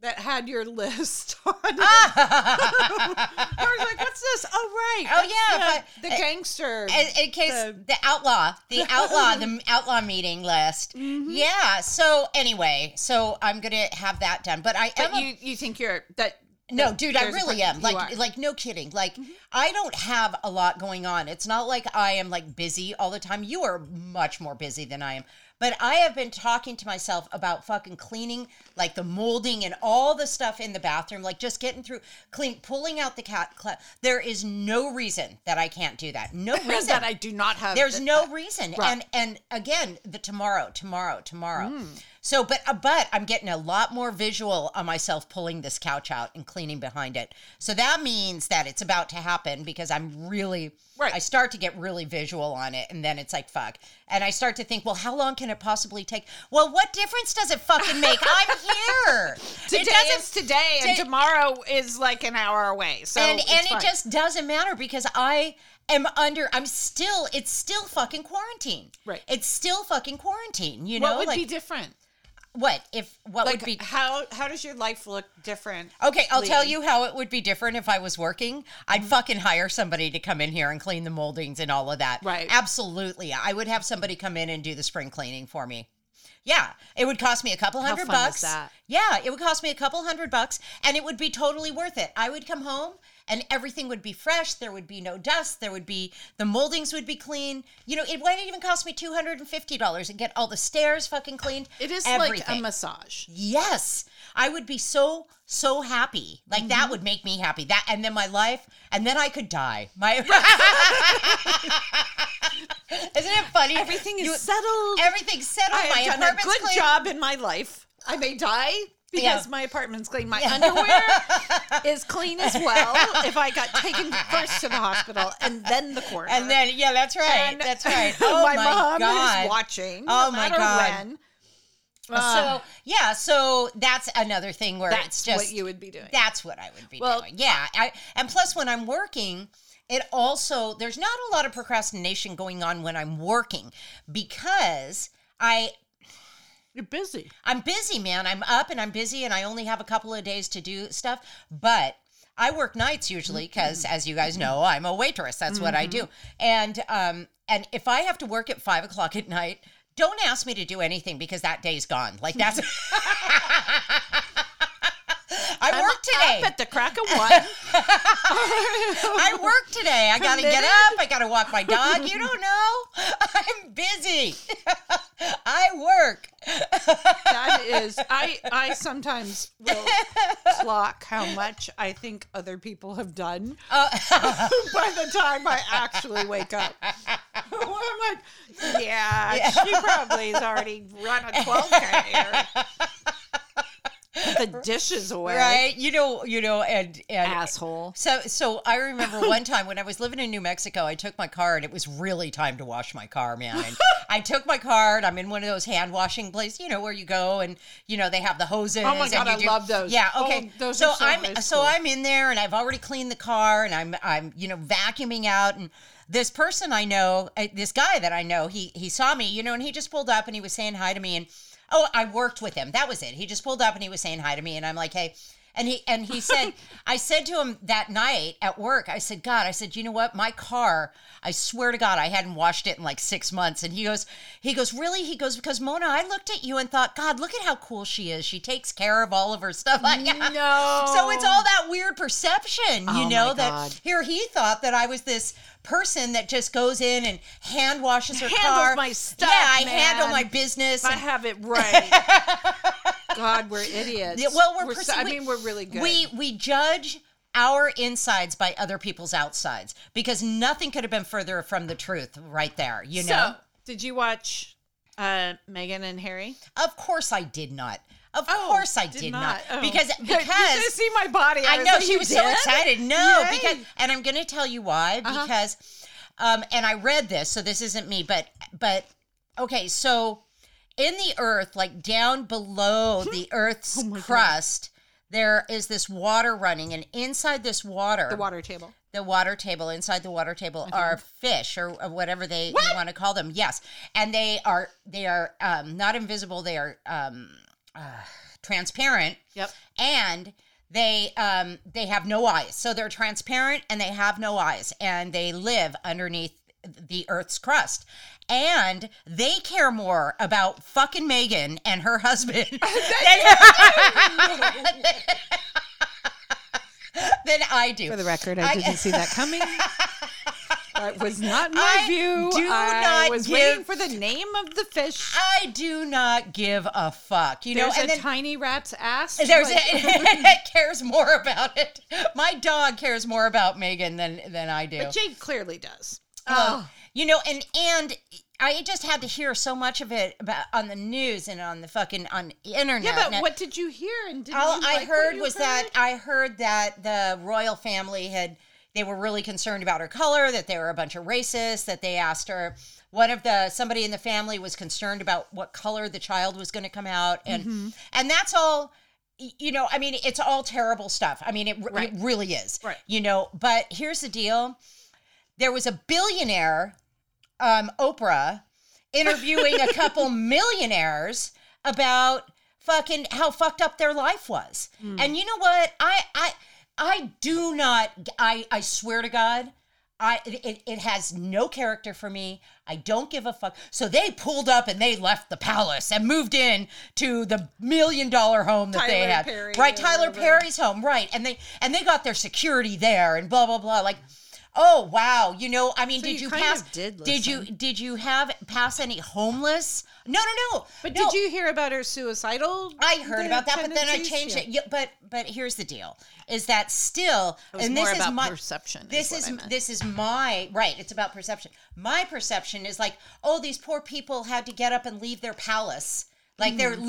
Speaker 1: that had your list on it? I was like, "What's this? Oh right,
Speaker 2: Ah! Oh,
Speaker 1: that's
Speaker 2: yeah, if I-
Speaker 1: the, the gangster."
Speaker 2: In, in case the, outlaw, the outlaw, the outlaw meeting list.
Speaker 1: Mm-hmm.
Speaker 2: Yeah. So anyway, so I'm gonna have that done. But I am
Speaker 1: but
Speaker 2: a-
Speaker 1: you you think you're that?
Speaker 2: No,
Speaker 1: that
Speaker 2: dude, I
Speaker 1: there's a
Speaker 2: really
Speaker 1: per-
Speaker 2: am.
Speaker 1: you
Speaker 2: Like,
Speaker 1: are. Mm-hmm.
Speaker 2: like no kidding. Like, I don't have a lot going on. It's not like I am like busy all the time. You are much more busy than I am. But I have been talking to myself about fucking cleaning, like the molding and all the stuff in the bathroom. Like just getting through, clean, pulling out the cat. Cl- there is no reason that I can't do that. No reason
Speaker 1: that I do not have.
Speaker 2: there's
Speaker 1: the-
Speaker 2: no reason
Speaker 1: Right. Hmm.
Speaker 2: and and again the tomorrow tomorrow tomorrow so but uh, but i'm getting a lot more visual on myself pulling this couch out and cleaning behind it so that means that it's about to happen because i'm really
Speaker 1: Right.
Speaker 2: i start to get really visual on it and then it's like fuck and i start to think well how long can it possibly take well what difference does it fucking make i'm here
Speaker 1: Today
Speaker 2: it doesn't
Speaker 1: is today, and
Speaker 2: Did-
Speaker 1: tomorrow is like an hour away. So
Speaker 2: and
Speaker 1: it's
Speaker 2: and
Speaker 1: fine.
Speaker 2: it just doesn't matter because I am under. I'm still. It's still fucking quarantine.
Speaker 1: Right.
Speaker 2: It's still fucking quarantine. You
Speaker 1: what
Speaker 2: know,
Speaker 1: would
Speaker 2: like
Speaker 1: be different?
Speaker 2: what if what
Speaker 1: Like
Speaker 2: would be.
Speaker 1: how how does your life look different?
Speaker 2: Okay, I'll tell you how it would be different if I was working.
Speaker 1: Mm-hmm.
Speaker 2: I'd fucking hire somebody to come in here and clean the moldings and all of that.
Speaker 1: Right.
Speaker 2: Absolutely. I would have somebody come in and do the spring cleaning for me. Yeah, it would cost me a couple hundred
Speaker 1: fun is
Speaker 2: bucks.
Speaker 1: that?
Speaker 2: Yeah, it would cost me a couple hundred bucks and it would be totally worth it. I would come home and everything would be fresh. There would be no dust. There would be the moldings would be clean. You know, it wouldn't even cost me $250 and get all the stairs fucking cleaned.
Speaker 1: It is like a
Speaker 2: everything.
Speaker 1: massage.
Speaker 2: Yes, I would be so so happy. Like that
Speaker 1: Mm-hmm.
Speaker 2: would make me happy. That and then my life, and then I could die. My isn't it funny?
Speaker 1: Everything is
Speaker 2: You-
Speaker 1: settled.
Speaker 2: Everything's settled.
Speaker 1: I
Speaker 2: my
Speaker 1: have done a
Speaker 2: apartment's
Speaker 1: good
Speaker 2: clean.
Speaker 1: job in my life. I may die because
Speaker 2: Yeah.
Speaker 1: my apartment's clean. My underwear is clean as well. If I got taken first to the hospital and then the coroner,
Speaker 2: And then yeah, that's right.
Speaker 1: And
Speaker 2: that's right. Oh my,
Speaker 1: my, mom
Speaker 2: god.
Speaker 1: is watching.
Speaker 2: Oh
Speaker 1: no
Speaker 2: my
Speaker 1: matter
Speaker 2: God.
Speaker 1: When, Uh,
Speaker 2: So yeah, so that's another thing where it's
Speaker 1: that's
Speaker 2: just
Speaker 1: what you would be doing.
Speaker 2: That's what I would be
Speaker 1: Well-
Speaker 2: doing. Yeah. I, and plus, when I'm working, it also, there's not a lot of procrastination going on when I'm working because I,
Speaker 1: You're busy.
Speaker 2: I'm busy, man. I'm up and I'm busy and I only have a couple of days to do stuff. But I work nights usually
Speaker 1: Mm-hmm.
Speaker 2: because, as you guys know, I'm a waitress. That's what I do. And, um, and if I have to work at five o'clock at night, don't ask me to do anything because that day's gone. Like that's. I work today.
Speaker 1: Up at the crack of one.
Speaker 2: I work today. I got to get up. I got to walk my dog. You don't know. I'm busy. I work.
Speaker 1: that is i i sometimes will clock how much i think other people have done
Speaker 2: Uh,
Speaker 1: by the time i actually wake up Where i'm like yeah, she probably has already run a 12k or put the dishes away.
Speaker 2: right? You know, you know, and and
Speaker 1: Asshole.
Speaker 2: So, so I remember one time when I was living in New Mexico, I took my car and it was really time to wash my car, man. And I took my car and I'm in one of those hand washing places, you know, where you go and you know they have the hoses.
Speaker 1: Oh my God,
Speaker 2: and you
Speaker 1: I love those.
Speaker 2: Yeah,
Speaker 1: Oh,
Speaker 2: okay.
Speaker 1: those
Speaker 2: so
Speaker 1: are so
Speaker 2: I'm
Speaker 1: high
Speaker 2: so
Speaker 1: school.
Speaker 2: I'm in there and I've already cleaned the car and I'm I'm you know vacuuming out and this person I know, uh, this guy that I know, he he saw me, you know, and he just pulled up and he was saying hi to me and oh, I worked with him. That was it. He just pulled up and he was saying hi to me and I'm like, "Hey, and he and he said, I said to him that night at work, I said, God, I said, you know what? My car, I swear to God, I hadn't washed it in like six months. And he goes, he goes, really? He goes, because Mona, I looked at you and thought, God, look at how cool she is. She takes care of all of her stuff. Like,
Speaker 1: No.
Speaker 2: So it's all that weird perception, you
Speaker 1: Oh,
Speaker 2: know,
Speaker 1: my
Speaker 2: that
Speaker 1: God.
Speaker 2: here he thought that I was this person that just goes in and hand washes her
Speaker 1: Handles
Speaker 2: car.
Speaker 1: my stuff,
Speaker 2: Yeah, I
Speaker 1: man.
Speaker 2: handle my business.
Speaker 1: I
Speaker 2: and-
Speaker 1: have it right. God, we're idiots.
Speaker 2: Yeah, well, we're,
Speaker 1: so- I
Speaker 2: perce- we-
Speaker 1: mean, we're really good.
Speaker 2: We we judge our insides by other people's outsides because nothing could have been further from the truth, right there. You
Speaker 1: So,
Speaker 2: know.
Speaker 1: did you watch uh, Megan and Harry?
Speaker 2: Of course, I did not. Of course, I did, not.
Speaker 1: Oh.
Speaker 2: Because
Speaker 1: you should
Speaker 2: because
Speaker 1: have seen my body.
Speaker 2: I,
Speaker 1: was
Speaker 2: know
Speaker 1: like,
Speaker 2: she
Speaker 1: "You
Speaker 2: was so
Speaker 1: did?" Uh-huh.
Speaker 2: excited. No,
Speaker 1: Yay.
Speaker 2: because and I'm going to tell you why because um and I read this so this isn't me but but okay, so in the earth like down below
Speaker 1: Hmm.
Speaker 2: the
Speaker 1: Oh
Speaker 2: earth's crust there is this water running and inside this water
Speaker 1: the water table.
Speaker 2: the water table inside the water table are fish or, or whatever they want to call them yes and they are they are um, not invisible they are um, uh, transparent
Speaker 1: Yep.
Speaker 2: and they um, they have no eyes so they're transparent and they have no eyes and they live underneath the earth's crust and they care more about fucking Megan and her husband than, than I do.
Speaker 3: For the record, I, didn't see that coming.
Speaker 1: That was not my
Speaker 2: I
Speaker 1: view.
Speaker 2: do
Speaker 1: I
Speaker 2: not
Speaker 1: was
Speaker 2: give-
Speaker 1: waiting for the name of the fish.
Speaker 2: I do not give a fuck. You
Speaker 1: There's
Speaker 2: know,
Speaker 1: a
Speaker 2: and then
Speaker 1: tiny rat's ass.
Speaker 2: there's
Speaker 1: like-
Speaker 2: it cares more about it. My dog cares more about Megan than than I do.
Speaker 1: Jade clearly does. Uh,
Speaker 2: Um, You know, and and I just had to hear so much of it about on the news and on the fucking on internet.
Speaker 1: Yeah,
Speaker 2: And
Speaker 1: but what did you hear? And did
Speaker 2: all
Speaker 1: you
Speaker 2: I
Speaker 1: like what
Speaker 2: heard
Speaker 1: you
Speaker 2: was that I heard that the royal family had they were really concerned about her color, that they were a bunch of racists, that they asked her one of the somebody in the family was concerned about what color the child was going to come out and
Speaker 1: Mm-hmm.
Speaker 2: and that's all y- you know, I mean it's all terrible stuff. I mean it, r-
Speaker 1: Right.
Speaker 2: it really is.
Speaker 1: Right.
Speaker 2: You know, but here's the deal. There was a billionaire um, Oprah interviewing a couple millionaires about fucking how fucked up their life was.
Speaker 1: Hmm.
Speaker 2: And you know what? I I I do not I I swear to God, I it, it has no character for me. I don't give a fuck. So they pulled up and they left the palace and moved in to the million dollar home that they
Speaker 1: Tyler
Speaker 2: had.
Speaker 1: Perry
Speaker 2: right,
Speaker 1: or
Speaker 2: Tyler
Speaker 1: whatever.
Speaker 2: Perry's home, right. And they and they got their security there and blah blah blah like Oh wow! You know, I mean, did
Speaker 1: you
Speaker 2: you,
Speaker 1: kind
Speaker 2: pass?
Speaker 1: of did
Speaker 2: did you did you have pass any homeless? No, no, no.
Speaker 1: But
Speaker 2: No.
Speaker 1: did you hear about her suicidal?
Speaker 2: I heard about that, but then I
Speaker 1: tendencies?
Speaker 2: changed
Speaker 1: Yeah.
Speaker 2: it. Yeah, but but here's the deal: is that still?
Speaker 1: was
Speaker 2: and
Speaker 1: more
Speaker 2: this
Speaker 1: about
Speaker 2: is my
Speaker 1: perception is
Speaker 2: This
Speaker 1: what
Speaker 2: is
Speaker 1: I meant.
Speaker 2: this is my right. It's about perception. My perception is like, oh, these poor people had to get up and leave their palace. Like their
Speaker 1: Hmm.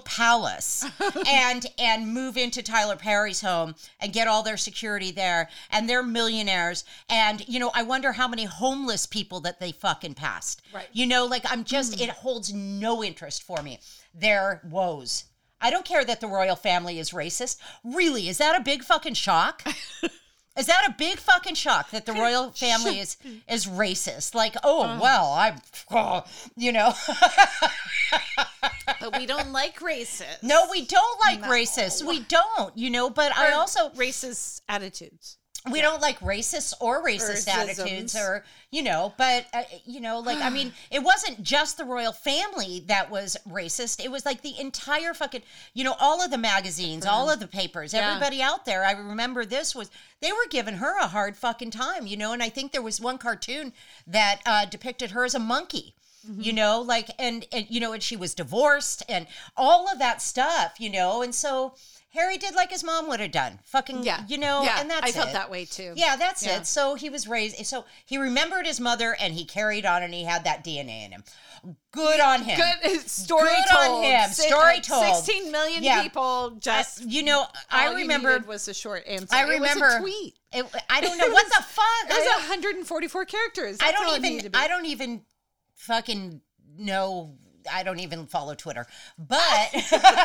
Speaker 2: palace, and and move into Tyler Perry's home and get all their security there, and they're millionaires, and you know I wonder how many homeless people that they fucking passed.
Speaker 1: Right. Hmm.
Speaker 2: You know, like I'm just it holds no interest for me. Their woes. I don't care that the royal family is racist. Really, is that a big fucking shock? is that a big fucking shock that the royal family is is racist? Like, oh well, I'm, you know,
Speaker 1: But we don't like racists.
Speaker 2: no, we don't like racists. We don't, you know. But I also
Speaker 1: racist attitudes.
Speaker 2: we don't like racists or racist
Speaker 1: Racisms.
Speaker 2: attitudes or you know but uh, you know like i mean it wasn't just the royal family that was racist it was like the entire fucking you know all of the magazines all of the papers everybody out there i remember this was they were giving her a hard fucking time you know and i think there was one cartoon that uh, depicted her as a monkey you
Speaker 1: Mm-hmm.
Speaker 2: know, like, and, and, you know, and she was divorced and all of that stuff, you know, and so Harry did like his mom would have done, fucking,
Speaker 1: Yeah.
Speaker 2: you know,
Speaker 1: yeah.
Speaker 2: and that's
Speaker 1: I felt
Speaker 2: it.
Speaker 1: that way too.
Speaker 2: Yeah, that's
Speaker 1: Yeah.
Speaker 2: it. So he was raised, so he remembered his mother and he carried on and he had that DNA in him. Good on him.
Speaker 1: Good uh, story
Speaker 2: Good on
Speaker 1: told.
Speaker 2: him.
Speaker 1: Si-
Speaker 2: Story
Speaker 1: uh,
Speaker 2: told.
Speaker 1: Sixteen million
Speaker 2: Yeah.
Speaker 1: people just.
Speaker 2: You know,
Speaker 1: all
Speaker 2: I
Speaker 1: you
Speaker 2: remember.
Speaker 1: needed was a short answer.
Speaker 2: I
Speaker 1: It was a
Speaker 2: remember.
Speaker 1: tweet.
Speaker 2: It, I don't know what the fuck.
Speaker 1: It
Speaker 2: I
Speaker 1: was
Speaker 2: don't-
Speaker 1: 144 characters.
Speaker 2: I
Speaker 1: That's all it
Speaker 2: don't
Speaker 1: needed to
Speaker 2: even
Speaker 1: be.
Speaker 2: I don't even fucking know I don't even follow Twitter. But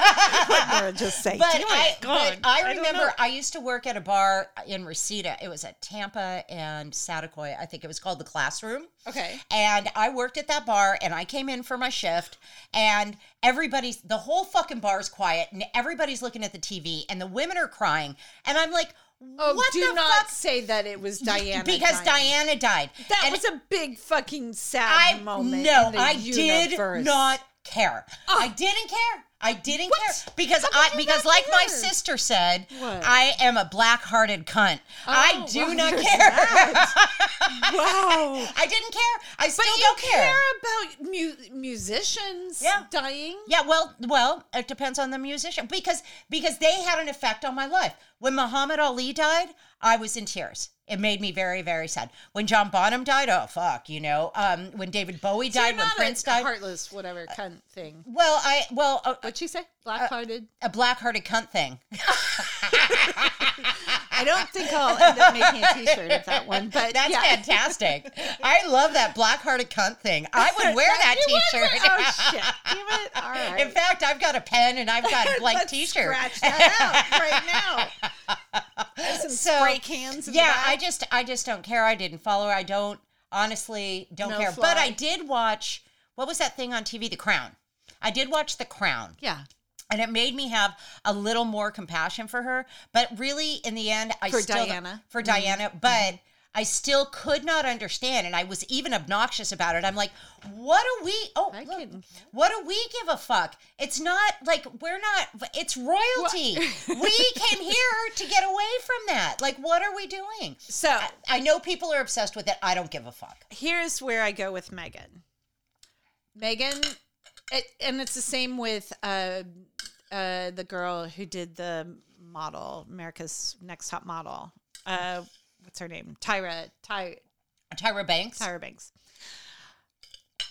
Speaker 1: Laura, just say.
Speaker 2: but, I, but
Speaker 3: God, I
Speaker 2: I
Speaker 3: don't
Speaker 2: remember
Speaker 3: know.
Speaker 2: I, used to work at a bar in Reseda. It was at Tampa and Satakoy. I think it was called the Classroom.
Speaker 1: okay.
Speaker 2: And I worked at that bar and I came in for my shift and everybody's the whole fucking bar's quiet and everybody's looking at the TV and the women are crying and I'm like
Speaker 1: Oh,
Speaker 2: what
Speaker 1: do
Speaker 2: the
Speaker 1: not
Speaker 2: fuck
Speaker 1: say that it was Diana.
Speaker 2: because
Speaker 1: dying.
Speaker 2: Diana died.
Speaker 1: That
Speaker 2: And
Speaker 1: was a big fucking sad
Speaker 2: I
Speaker 1: moment.
Speaker 2: no,
Speaker 1: in the
Speaker 2: I
Speaker 1: universe.
Speaker 2: did not care.
Speaker 1: Ah.
Speaker 2: I didn't care. I didn't care because I
Speaker 1: you
Speaker 2: because
Speaker 1: not
Speaker 2: like my
Speaker 1: care?
Speaker 2: sister said,
Speaker 1: What?
Speaker 2: I am a black-hearted cunt. I
Speaker 1: Oh,
Speaker 2: do
Speaker 1: well,
Speaker 2: not
Speaker 1: there's
Speaker 2: care.
Speaker 1: Wow.
Speaker 2: I didn't care. I
Speaker 1: But
Speaker 2: still
Speaker 1: you
Speaker 2: don't
Speaker 1: care, about mu- musicians
Speaker 2: Yeah.
Speaker 1: dying.
Speaker 2: Yeah, well, well, it depends on the musician because because they had an effect on my life. When Muhammad Ali died, I was in tears. It made me very very sad. When John Bonham died, oh fuck, you know. Um, when David Bowie
Speaker 1: You're
Speaker 2: died, when
Speaker 1: not
Speaker 2: Prince
Speaker 1: a
Speaker 2: died.
Speaker 1: heartless whatever cunt thing.
Speaker 2: well, I well a,
Speaker 1: What'd she say? Black-hearted.
Speaker 2: a black-hearted cunt thing.
Speaker 1: I don't think I'll end up making a T-shirt of that one, but
Speaker 2: Uh, That's
Speaker 1: yeah.
Speaker 2: fantastic. I love that black hearted cunt thing. I would wear that
Speaker 1: You
Speaker 2: t
Speaker 1: went for-
Speaker 2: shirt.
Speaker 1: Oh shit! You went all right.
Speaker 2: In fact, I've got a pen and I've got a blank
Speaker 1: Let's
Speaker 2: t shirt.
Speaker 1: Scratch that out right now. There's some
Speaker 2: So,
Speaker 1: spray cans. In
Speaker 2: Yeah,
Speaker 1: the back.
Speaker 2: I just I just don't care. I didn't follow her. I don't honestly don't
Speaker 1: No
Speaker 2: care. But
Speaker 1: fly.
Speaker 2: I did watch what was that thing on TV? The Crown. I did watch The Crown.
Speaker 1: yeah.
Speaker 2: And it made me have a little more compassion for her. But really, in the end, I
Speaker 1: For
Speaker 2: still
Speaker 1: Diana. Mm-hmm.
Speaker 2: for Diana, but I still could not understand, and I was even obnoxious about it. I'm like, what do we? Oh,
Speaker 1: I
Speaker 2: look,
Speaker 1: couldn't
Speaker 2: what do we give a fuck? It's not like we're not. It's royalty. we came here to get away from that. Like, what are we doing?
Speaker 1: So
Speaker 2: I know people are obsessed with it. I don't give a fuck.
Speaker 1: here's where I go with Megan. Megan, it, and it's the same with uh, uh, the girl who did the model, America's Next Top Model. Uh, what's her name? Tyra. Ty,
Speaker 2: Tyra Banks.
Speaker 1: Tyra Banks.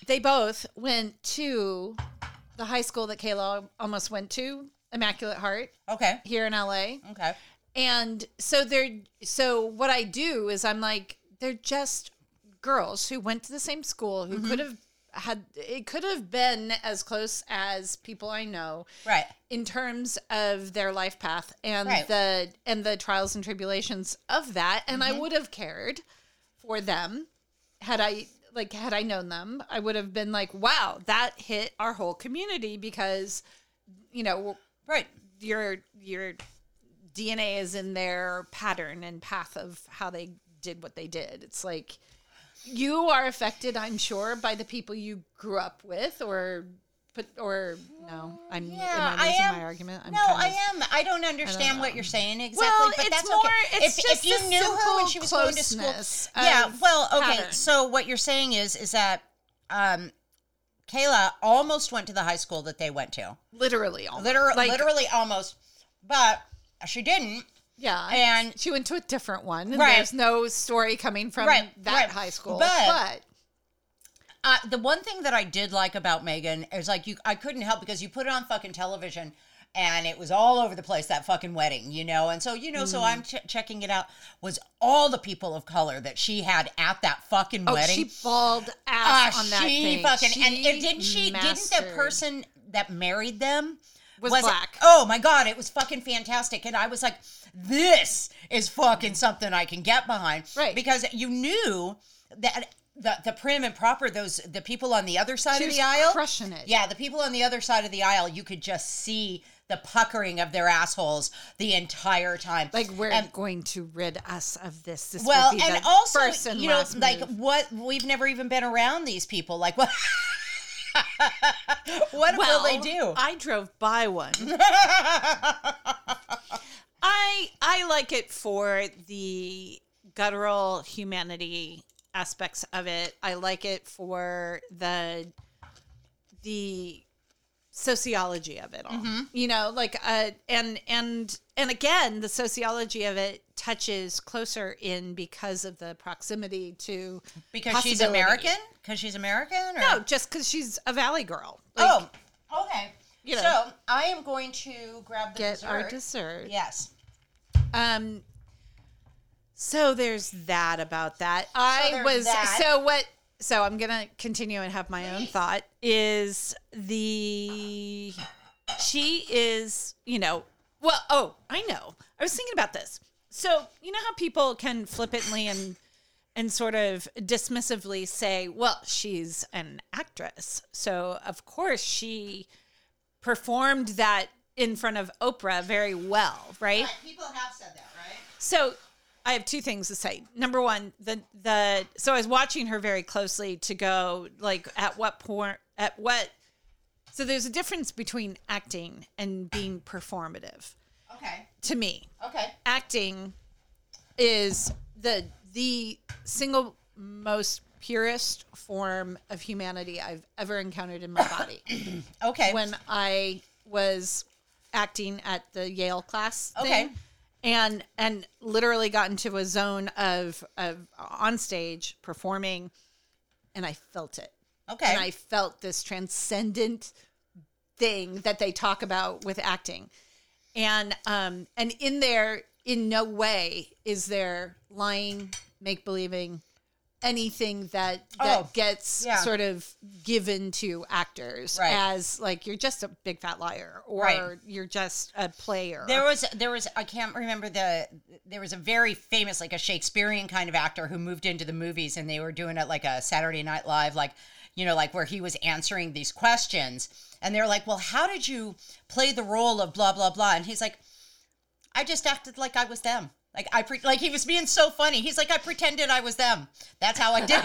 Speaker 1: They both went to the high school that Kayla almost went to, Immaculate Heart,
Speaker 2: Okay.
Speaker 1: here in LA.
Speaker 2: Okay.
Speaker 1: And so they're so what I do is I'm like they're just girls who went to the same school who
Speaker 2: Mm-hmm.
Speaker 1: could have had it could have been as close as people I know
Speaker 2: Right.
Speaker 1: in terms of their life path and
Speaker 2: Right.
Speaker 1: the and the trials and tribulations of that and
Speaker 2: Mm-hmm.
Speaker 1: I would have cared for them had I like had I known them I would have been like wow that hit our whole community because you know
Speaker 2: Right.
Speaker 1: your your DNA is in their pattern and path of how they did what they did. It's like you are affected, I'm sure, by the people you grew up with, or but or no, I'm am
Speaker 2: Yeah,
Speaker 1: I
Speaker 2: I
Speaker 1: losing
Speaker 2: am-
Speaker 1: my argument? I'm
Speaker 2: No,
Speaker 1: kind
Speaker 2: I
Speaker 1: of-
Speaker 2: am. I don't understand what you're saying exactly,
Speaker 1: Well,
Speaker 2: but
Speaker 1: it's
Speaker 2: that's
Speaker 1: more-
Speaker 2: okay.
Speaker 1: it's
Speaker 2: if,
Speaker 1: just
Speaker 2: if you
Speaker 1: the
Speaker 2: knew her when
Speaker 1: simple
Speaker 2: she was going to school,
Speaker 1: closeness
Speaker 2: yeah.
Speaker 1: of
Speaker 2: Well, okay.
Speaker 1: pattern.
Speaker 2: So what you're saying is, is that um, Kayla almost went to the high school that they went to,
Speaker 1: literally almost.
Speaker 2: literally,
Speaker 1: Like,
Speaker 2: literally almost, but she didn't.
Speaker 1: yeah.
Speaker 2: and-
Speaker 1: she went to a different one. And
Speaker 2: Right.
Speaker 1: There's no story coming from
Speaker 2: Right,
Speaker 1: that
Speaker 2: right.
Speaker 1: high school,
Speaker 2: But-
Speaker 1: but
Speaker 2: uh, the one thing that I did like about Megan is like you, I couldn't help because you put it on fucking television, and it was all over the place that fucking wedding, you know. And so you know, so
Speaker 1: Mm-hmm.
Speaker 2: I'm ch- checking it out. Was all the people of color that she had at that fucking
Speaker 1: Oh,
Speaker 2: wedding?
Speaker 1: she balled ass
Speaker 2: Ah,
Speaker 1: on that
Speaker 2: she
Speaker 1: thing.
Speaker 2: fucking and
Speaker 1: She
Speaker 2: it, didn't she? Didn't
Speaker 1: mastered.
Speaker 2: the person that married them?
Speaker 1: Was black.
Speaker 2: Oh my god, it was fucking fantastic, and I was like, "This is fucking something I can get behind."
Speaker 1: Right.
Speaker 2: because you knew that the the prim and proper those the people on the other side
Speaker 1: She
Speaker 2: of
Speaker 1: was
Speaker 2: the aisle
Speaker 1: crushing it.
Speaker 2: Yeah, the people on the other side of the aisle, you could just see the puckering of their assholes the entire time.
Speaker 1: Like we're
Speaker 2: And-
Speaker 1: going to rid us of this. This
Speaker 2: well,
Speaker 1: will be
Speaker 2: and
Speaker 1: the
Speaker 2: also
Speaker 1: first and
Speaker 2: you know,
Speaker 1: last
Speaker 2: like
Speaker 1: move.
Speaker 2: what we've never even been around these people. Like what? what
Speaker 1: well,
Speaker 2: will they do?
Speaker 1: I drove by one. I I like it for the guttural humanity aspects of it. I like it for the the sociology of it all.
Speaker 2: Mm-hmm.
Speaker 1: You know, like uh and and and again, the sociology of it touches closer in because of the proximity to
Speaker 2: Because she's
Speaker 1: possibility.
Speaker 2: American? Because she's American? Or?
Speaker 1: No, just cuz she's a valley girl. Like,
Speaker 2: Oh, okay.
Speaker 1: You know.
Speaker 2: so I am going to grab the
Speaker 1: get
Speaker 2: dessert.
Speaker 1: our dessert.
Speaker 2: Yes.
Speaker 1: Um. So there's that about that. I
Speaker 2: there's
Speaker 1: was
Speaker 2: that.
Speaker 1: so what. So I'm gonna continue and have my own thought. Is the she is you know well oh I know I was thinking about this. So you know how people can flippantly and and sort of dismissively say, well, she's an actress, so of course she performed that in front of Oprah very well, right?
Speaker 2: People have said that, right?
Speaker 1: So I have two things to say. Number one, the the so I was watching her very closely to go like at what point at what so there's a difference between acting and being performative
Speaker 2: Okay.
Speaker 1: to me.
Speaker 2: Okay.
Speaker 1: Acting is the the single most purest form of humanity I've ever encountered in my body
Speaker 2: Okay.
Speaker 1: when I was acting at the Yale class.
Speaker 2: Okay.
Speaker 1: thing, and and literally got into a zone of of on stage performing, and I felt it.
Speaker 2: okay.
Speaker 1: And I felt this transcendent thing that they talk about with acting. And um and in there in no way is there lying, make believing, anything that that
Speaker 2: Oh,
Speaker 1: gets
Speaker 2: yeah.
Speaker 1: sort of given to actors
Speaker 2: Right.
Speaker 1: as like you're just a big fat liar or
Speaker 2: Right.
Speaker 1: you're just a player.
Speaker 2: There was there was I can't remember the there was a very famous like a Shakespearean kind of actor who moved into the movies and they were doing it like a Saturday Night Live like you know like where he was answering these questions and they're like well how did you play the role of blah blah blah and he's like I just acted like I was them like I pre- like he was being so funny he's like I pretended I was them that's how I did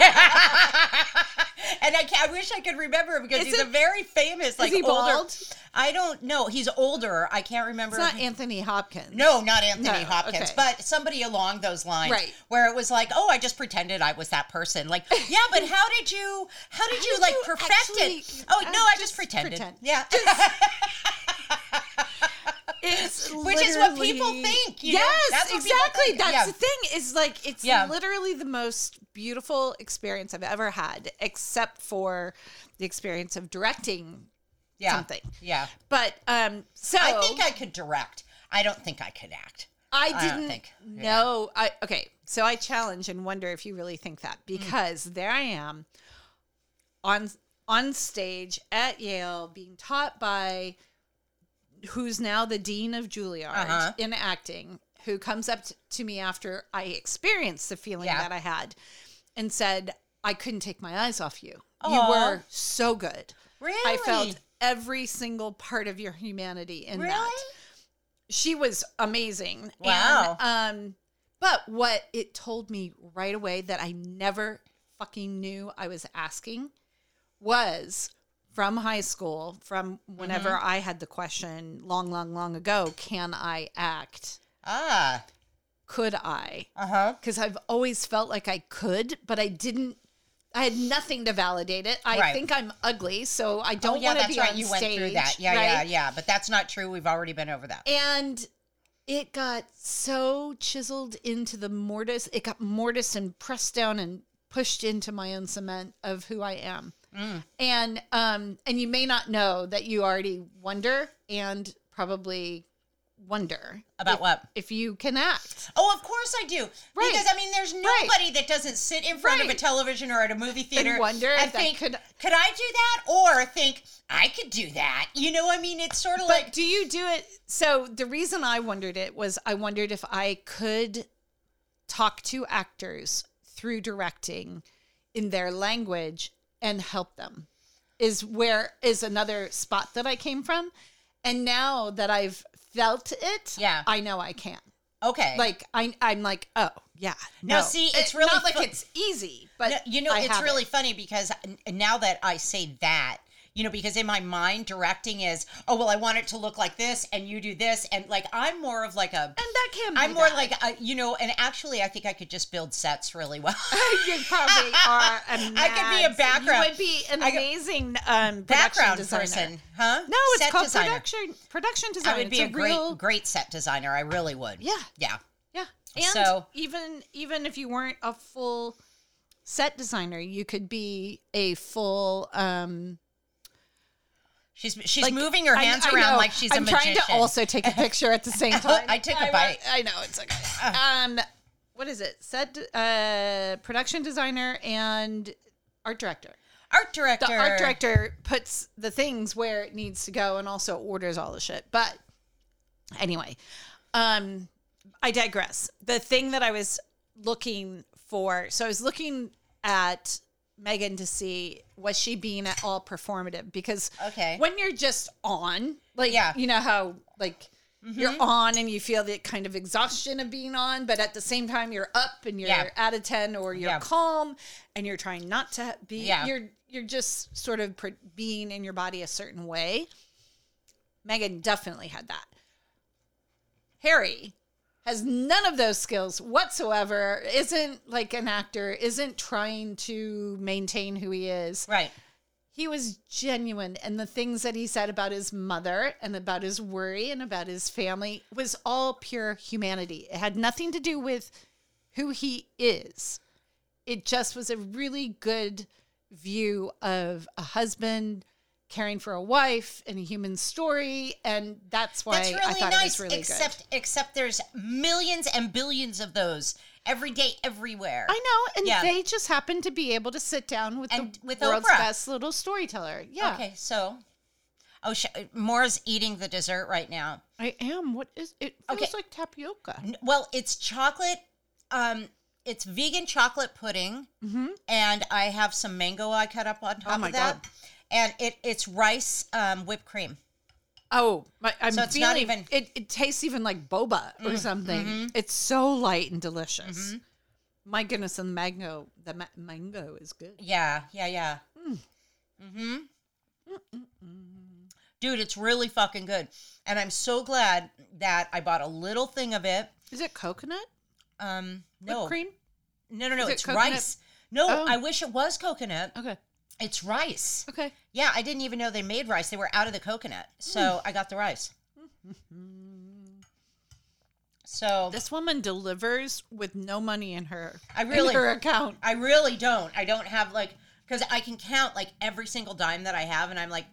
Speaker 2: it and I, ca- I wish I could remember him because he's a very famous like
Speaker 1: he
Speaker 2: older
Speaker 1: bald?
Speaker 2: I don't know he's older I can't remember
Speaker 1: it's not
Speaker 2: if he-
Speaker 1: Anthony Hopkins.
Speaker 2: no, not Anthony
Speaker 1: No,
Speaker 2: Hopkins,
Speaker 1: okay.
Speaker 2: but somebody along those lines,
Speaker 1: Right.
Speaker 2: Where it was like, oh, I just pretended I was that person. Like, yeah, but how did you? How did you
Speaker 1: did
Speaker 2: like
Speaker 1: you
Speaker 2: perfect
Speaker 1: actually-
Speaker 2: it? Oh
Speaker 1: I
Speaker 2: no, I
Speaker 1: just
Speaker 2: just pretended.
Speaker 1: pretend.
Speaker 2: Yeah,
Speaker 1: It's
Speaker 2: Which is what
Speaker 1: literally-
Speaker 2: people think, you know?
Speaker 1: yes,
Speaker 2: That's what people
Speaker 1: exactly.
Speaker 2: think,
Speaker 1: That's
Speaker 2: yeah.
Speaker 1: the thing. Is like it's
Speaker 2: Yeah.
Speaker 1: literally the most beautiful experience I've ever had, except for the experience of directing.
Speaker 2: yeah,
Speaker 1: Something.
Speaker 2: Yeah,
Speaker 1: But um, so
Speaker 2: I think I could direct. I don't think I could act.
Speaker 1: I
Speaker 2: don't
Speaker 1: didn't
Speaker 2: think. Yeah.
Speaker 1: know. I okay. So I challenge and wonder if you really think
Speaker 2: Mm.
Speaker 1: that because there I am on on stage at Yale being taught by who's now the dean of Juilliard
Speaker 2: Uh-huh.
Speaker 1: in acting, who comes up t- to me after I experienced the feeling
Speaker 2: Yeah.
Speaker 1: that I had and said, "I couldn't take my eyes off you. You
Speaker 2: Aw.
Speaker 1: were so good.
Speaker 2: Really?
Speaker 1: I felt every single part of your humanity in
Speaker 2: really.
Speaker 1: that." she was amazing.
Speaker 2: Wow.
Speaker 1: And, um, but what it told me right away that I never fucking knew I was asking was from high school, from whenever
Speaker 2: Mm-hmm.
Speaker 1: I had the question long, long, long ago, can I act?
Speaker 2: Ah.
Speaker 1: Could I?
Speaker 2: Uh huh.
Speaker 1: Because I've always felt like I could, but I didn't. I had nothing to validate it. I
Speaker 2: Right.
Speaker 1: think I'm ugly, so I
Speaker 2: Oh
Speaker 1: don't
Speaker 2: yeah,
Speaker 1: want to
Speaker 2: that's
Speaker 1: be
Speaker 2: right.
Speaker 1: on
Speaker 2: You
Speaker 1: stage.
Speaker 2: went through that. Yeah, yeah,
Speaker 1: right?
Speaker 2: yeah. But that's not true. We've already been over that.
Speaker 1: and it got so chiseled into the mortise it got mortised and pressed down and pushed into my own cement of who i am and um and you may not know that you already wonder and probably wonder
Speaker 2: About
Speaker 1: if,
Speaker 2: what?
Speaker 1: if you can act
Speaker 2: Oh, of course I do.
Speaker 1: Right.
Speaker 2: Because I mean, there's nobody that doesn't sit in front of a
Speaker 1: Right.
Speaker 2: television or at a movie theater
Speaker 1: wonder if that
Speaker 2: think,
Speaker 1: could-
Speaker 2: could I do that? Or think I could do that? You know, I mean, it's sort of
Speaker 1: but
Speaker 2: like
Speaker 1: do you do it so the reason i wondered it was i wondered if i could talk to actors through directing in their language and help them is where is another spot that i came from and now that i've felt it
Speaker 2: Yeah.
Speaker 1: i know i can
Speaker 2: okay,
Speaker 1: like I, i'm like oh yeah
Speaker 2: Now,
Speaker 1: no
Speaker 2: see,
Speaker 1: It-
Speaker 2: it's really
Speaker 1: not like
Speaker 2: fu-
Speaker 1: it's easy but
Speaker 2: No, you know,
Speaker 1: I
Speaker 2: it's
Speaker 1: have it.
Speaker 2: really funny because n- now that I say that, you know, because in my mind, directing is, oh, well, I want it to look like this and you do this. And like, I'm more of like a,
Speaker 1: And that can be
Speaker 2: I'm more
Speaker 1: that.
Speaker 2: like, a, you know, and actually, I think I could just build sets really well.
Speaker 1: you probably are a
Speaker 2: I could be a
Speaker 1: mad-
Speaker 2: background-
Speaker 1: You would be an
Speaker 2: I could-
Speaker 1: amazing um, production
Speaker 2: Background
Speaker 1: designer.
Speaker 2: person, huh?
Speaker 1: No, it's
Speaker 2: Set
Speaker 1: called
Speaker 2: designer.
Speaker 1: production production design.
Speaker 2: I would
Speaker 1: It's
Speaker 2: be a, great,
Speaker 1: real-
Speaker 2: great set designer. I really would.
Speaker 1: Yeah.
Speaker 2: Yeah.
Speaker 1: Yeah. And
Speaker 2: So-
Speaker 1: even even if you weren't a full set designer, you could be a full um
Speaker 2: She's she's
Speaker 1: like-
Speaker 2: moving her
Speaker 1: I-
Speaker 2: hands
Speaker 1: I
Speaker 2: around
Speaker 1: know.
Speaker 2: like she's a
Speaker 1: I'm
Speaker 2: magician.
Speaker 1: trying to also take a picture at the same time.
Speaker 2: I took a
Speaker 1: a
Speaker 2: bite. Uh.
Speaker 1: I know it's okay. Um what is it? Set uh production designer and art director.
Speaker 2: art director.
Speaker 1: The art director puts the things where it needs to go and also orders all the shit. But anyway, um, I digress. The thing that I was looking for, so I was looking at Megan to see was she being at all performative because
Speaker 2: Okay.
Speaker 1: when you're just on, like
Speaker 2: Yeah. Mm-hmm.
Speaker 1: you know how like you're on and you feel the kind of exhaustion of being on, but at the same time you're up and you're
Speaker 2: Yeah.
Speaker 1: out of ten or you're
Speaker 2: Yeah.
Speaker 1: calm and you're trying not to be
Speaker 2: Yeah.
Speaker 1: you're you're just sort of pr being in your body a certain way. Megan definitely had that. Harry has none of those skills whatsoever. Isn't like an actor, isn't trying to maintain who he is.
Speaker 2: Right.
Speaker 1: He was genuine and the things that he said about his mother and about his worry and about his family was all pure humanity. It had nothing to do with who he is. It just was a really good view of a husband caring for a wife and a human story and that's why
Speaker 2: That's
Speaker 1: I
Speaker 2: really
Speaker 1: thought it
Speaker 2: nice.
Speaker 1: was really good.
Speaker 2: except except there's millions and billions of those every day everywhere.
Speaker 1: I know, and
Speaker 2: Yeah.
Speaker 1: they just happen to be able to sit down with
Speaker 2: And
Speaker 1: the
Speaker 2: with
Speaker 1: world's
Speaker 2: Oprah.
Speaker 1: best little storyteller. Yeah,
Speaker 2: Okay, so oh, sh- Maura's eating the dessert right now.
Speaker 1: I am. What is it? Feels
Speaker 2: Okay.
Speaker 1: like tapioca.
Speaker 2: N- Well, it's chocolate. Um, it's vegan chocolate pudding, and I have some mango I cut up on top
Speaker 1: Mm-hmm. Oh my
Speaker 2: of that,
Speaker 1: God.
Speaker 2: and it it's rice um, whipped cream.
Speaker 1: Oh, my, I'm
Speaker 2: So it's not
Speaker 1: feeling-
Speaker 2: even- Mm-hmm.
Speaker 1: It, it tastes even like boba or something. It's so light and delicious. My goodness, and the mango, the ma- mango is good.
Speaker 2: Yeah, yeah, yeah. Mm. hmm Dude, it's really fucking good. And I'm so glad that I bought a little thing of it.
Speaker 1: Is it coconut
Speaker 2: Um
Speaker 1: whipped
Speaker 2: no.
Speaker 1: cream?
Speaker 2: No, no, no,
Speaker 1: Is it
Speaker 2: it's
Speaker 1: coconut?
Speaker 2: rice. No,
Speaker 1: Oh.
Speaker 2: I wish it was coconut.
Speaker 1: Okay,
Speaker 2: It's rice.
Speaker 1: okay.
Speaker 2: Yeah, I didn't even know they made rice. They were out of the coconut. So
Speaker 1: Mm.
Speaker 2: I got the rice. So
Speaker 1: This woman delivers with no money in her.
Speaker 2: I
Speaker 1: in
Speaker 2: really-
Speaker 1: her account.
Speaker 2: I really don't. I don't have like because I can count like every single dime that I have, and I'm like,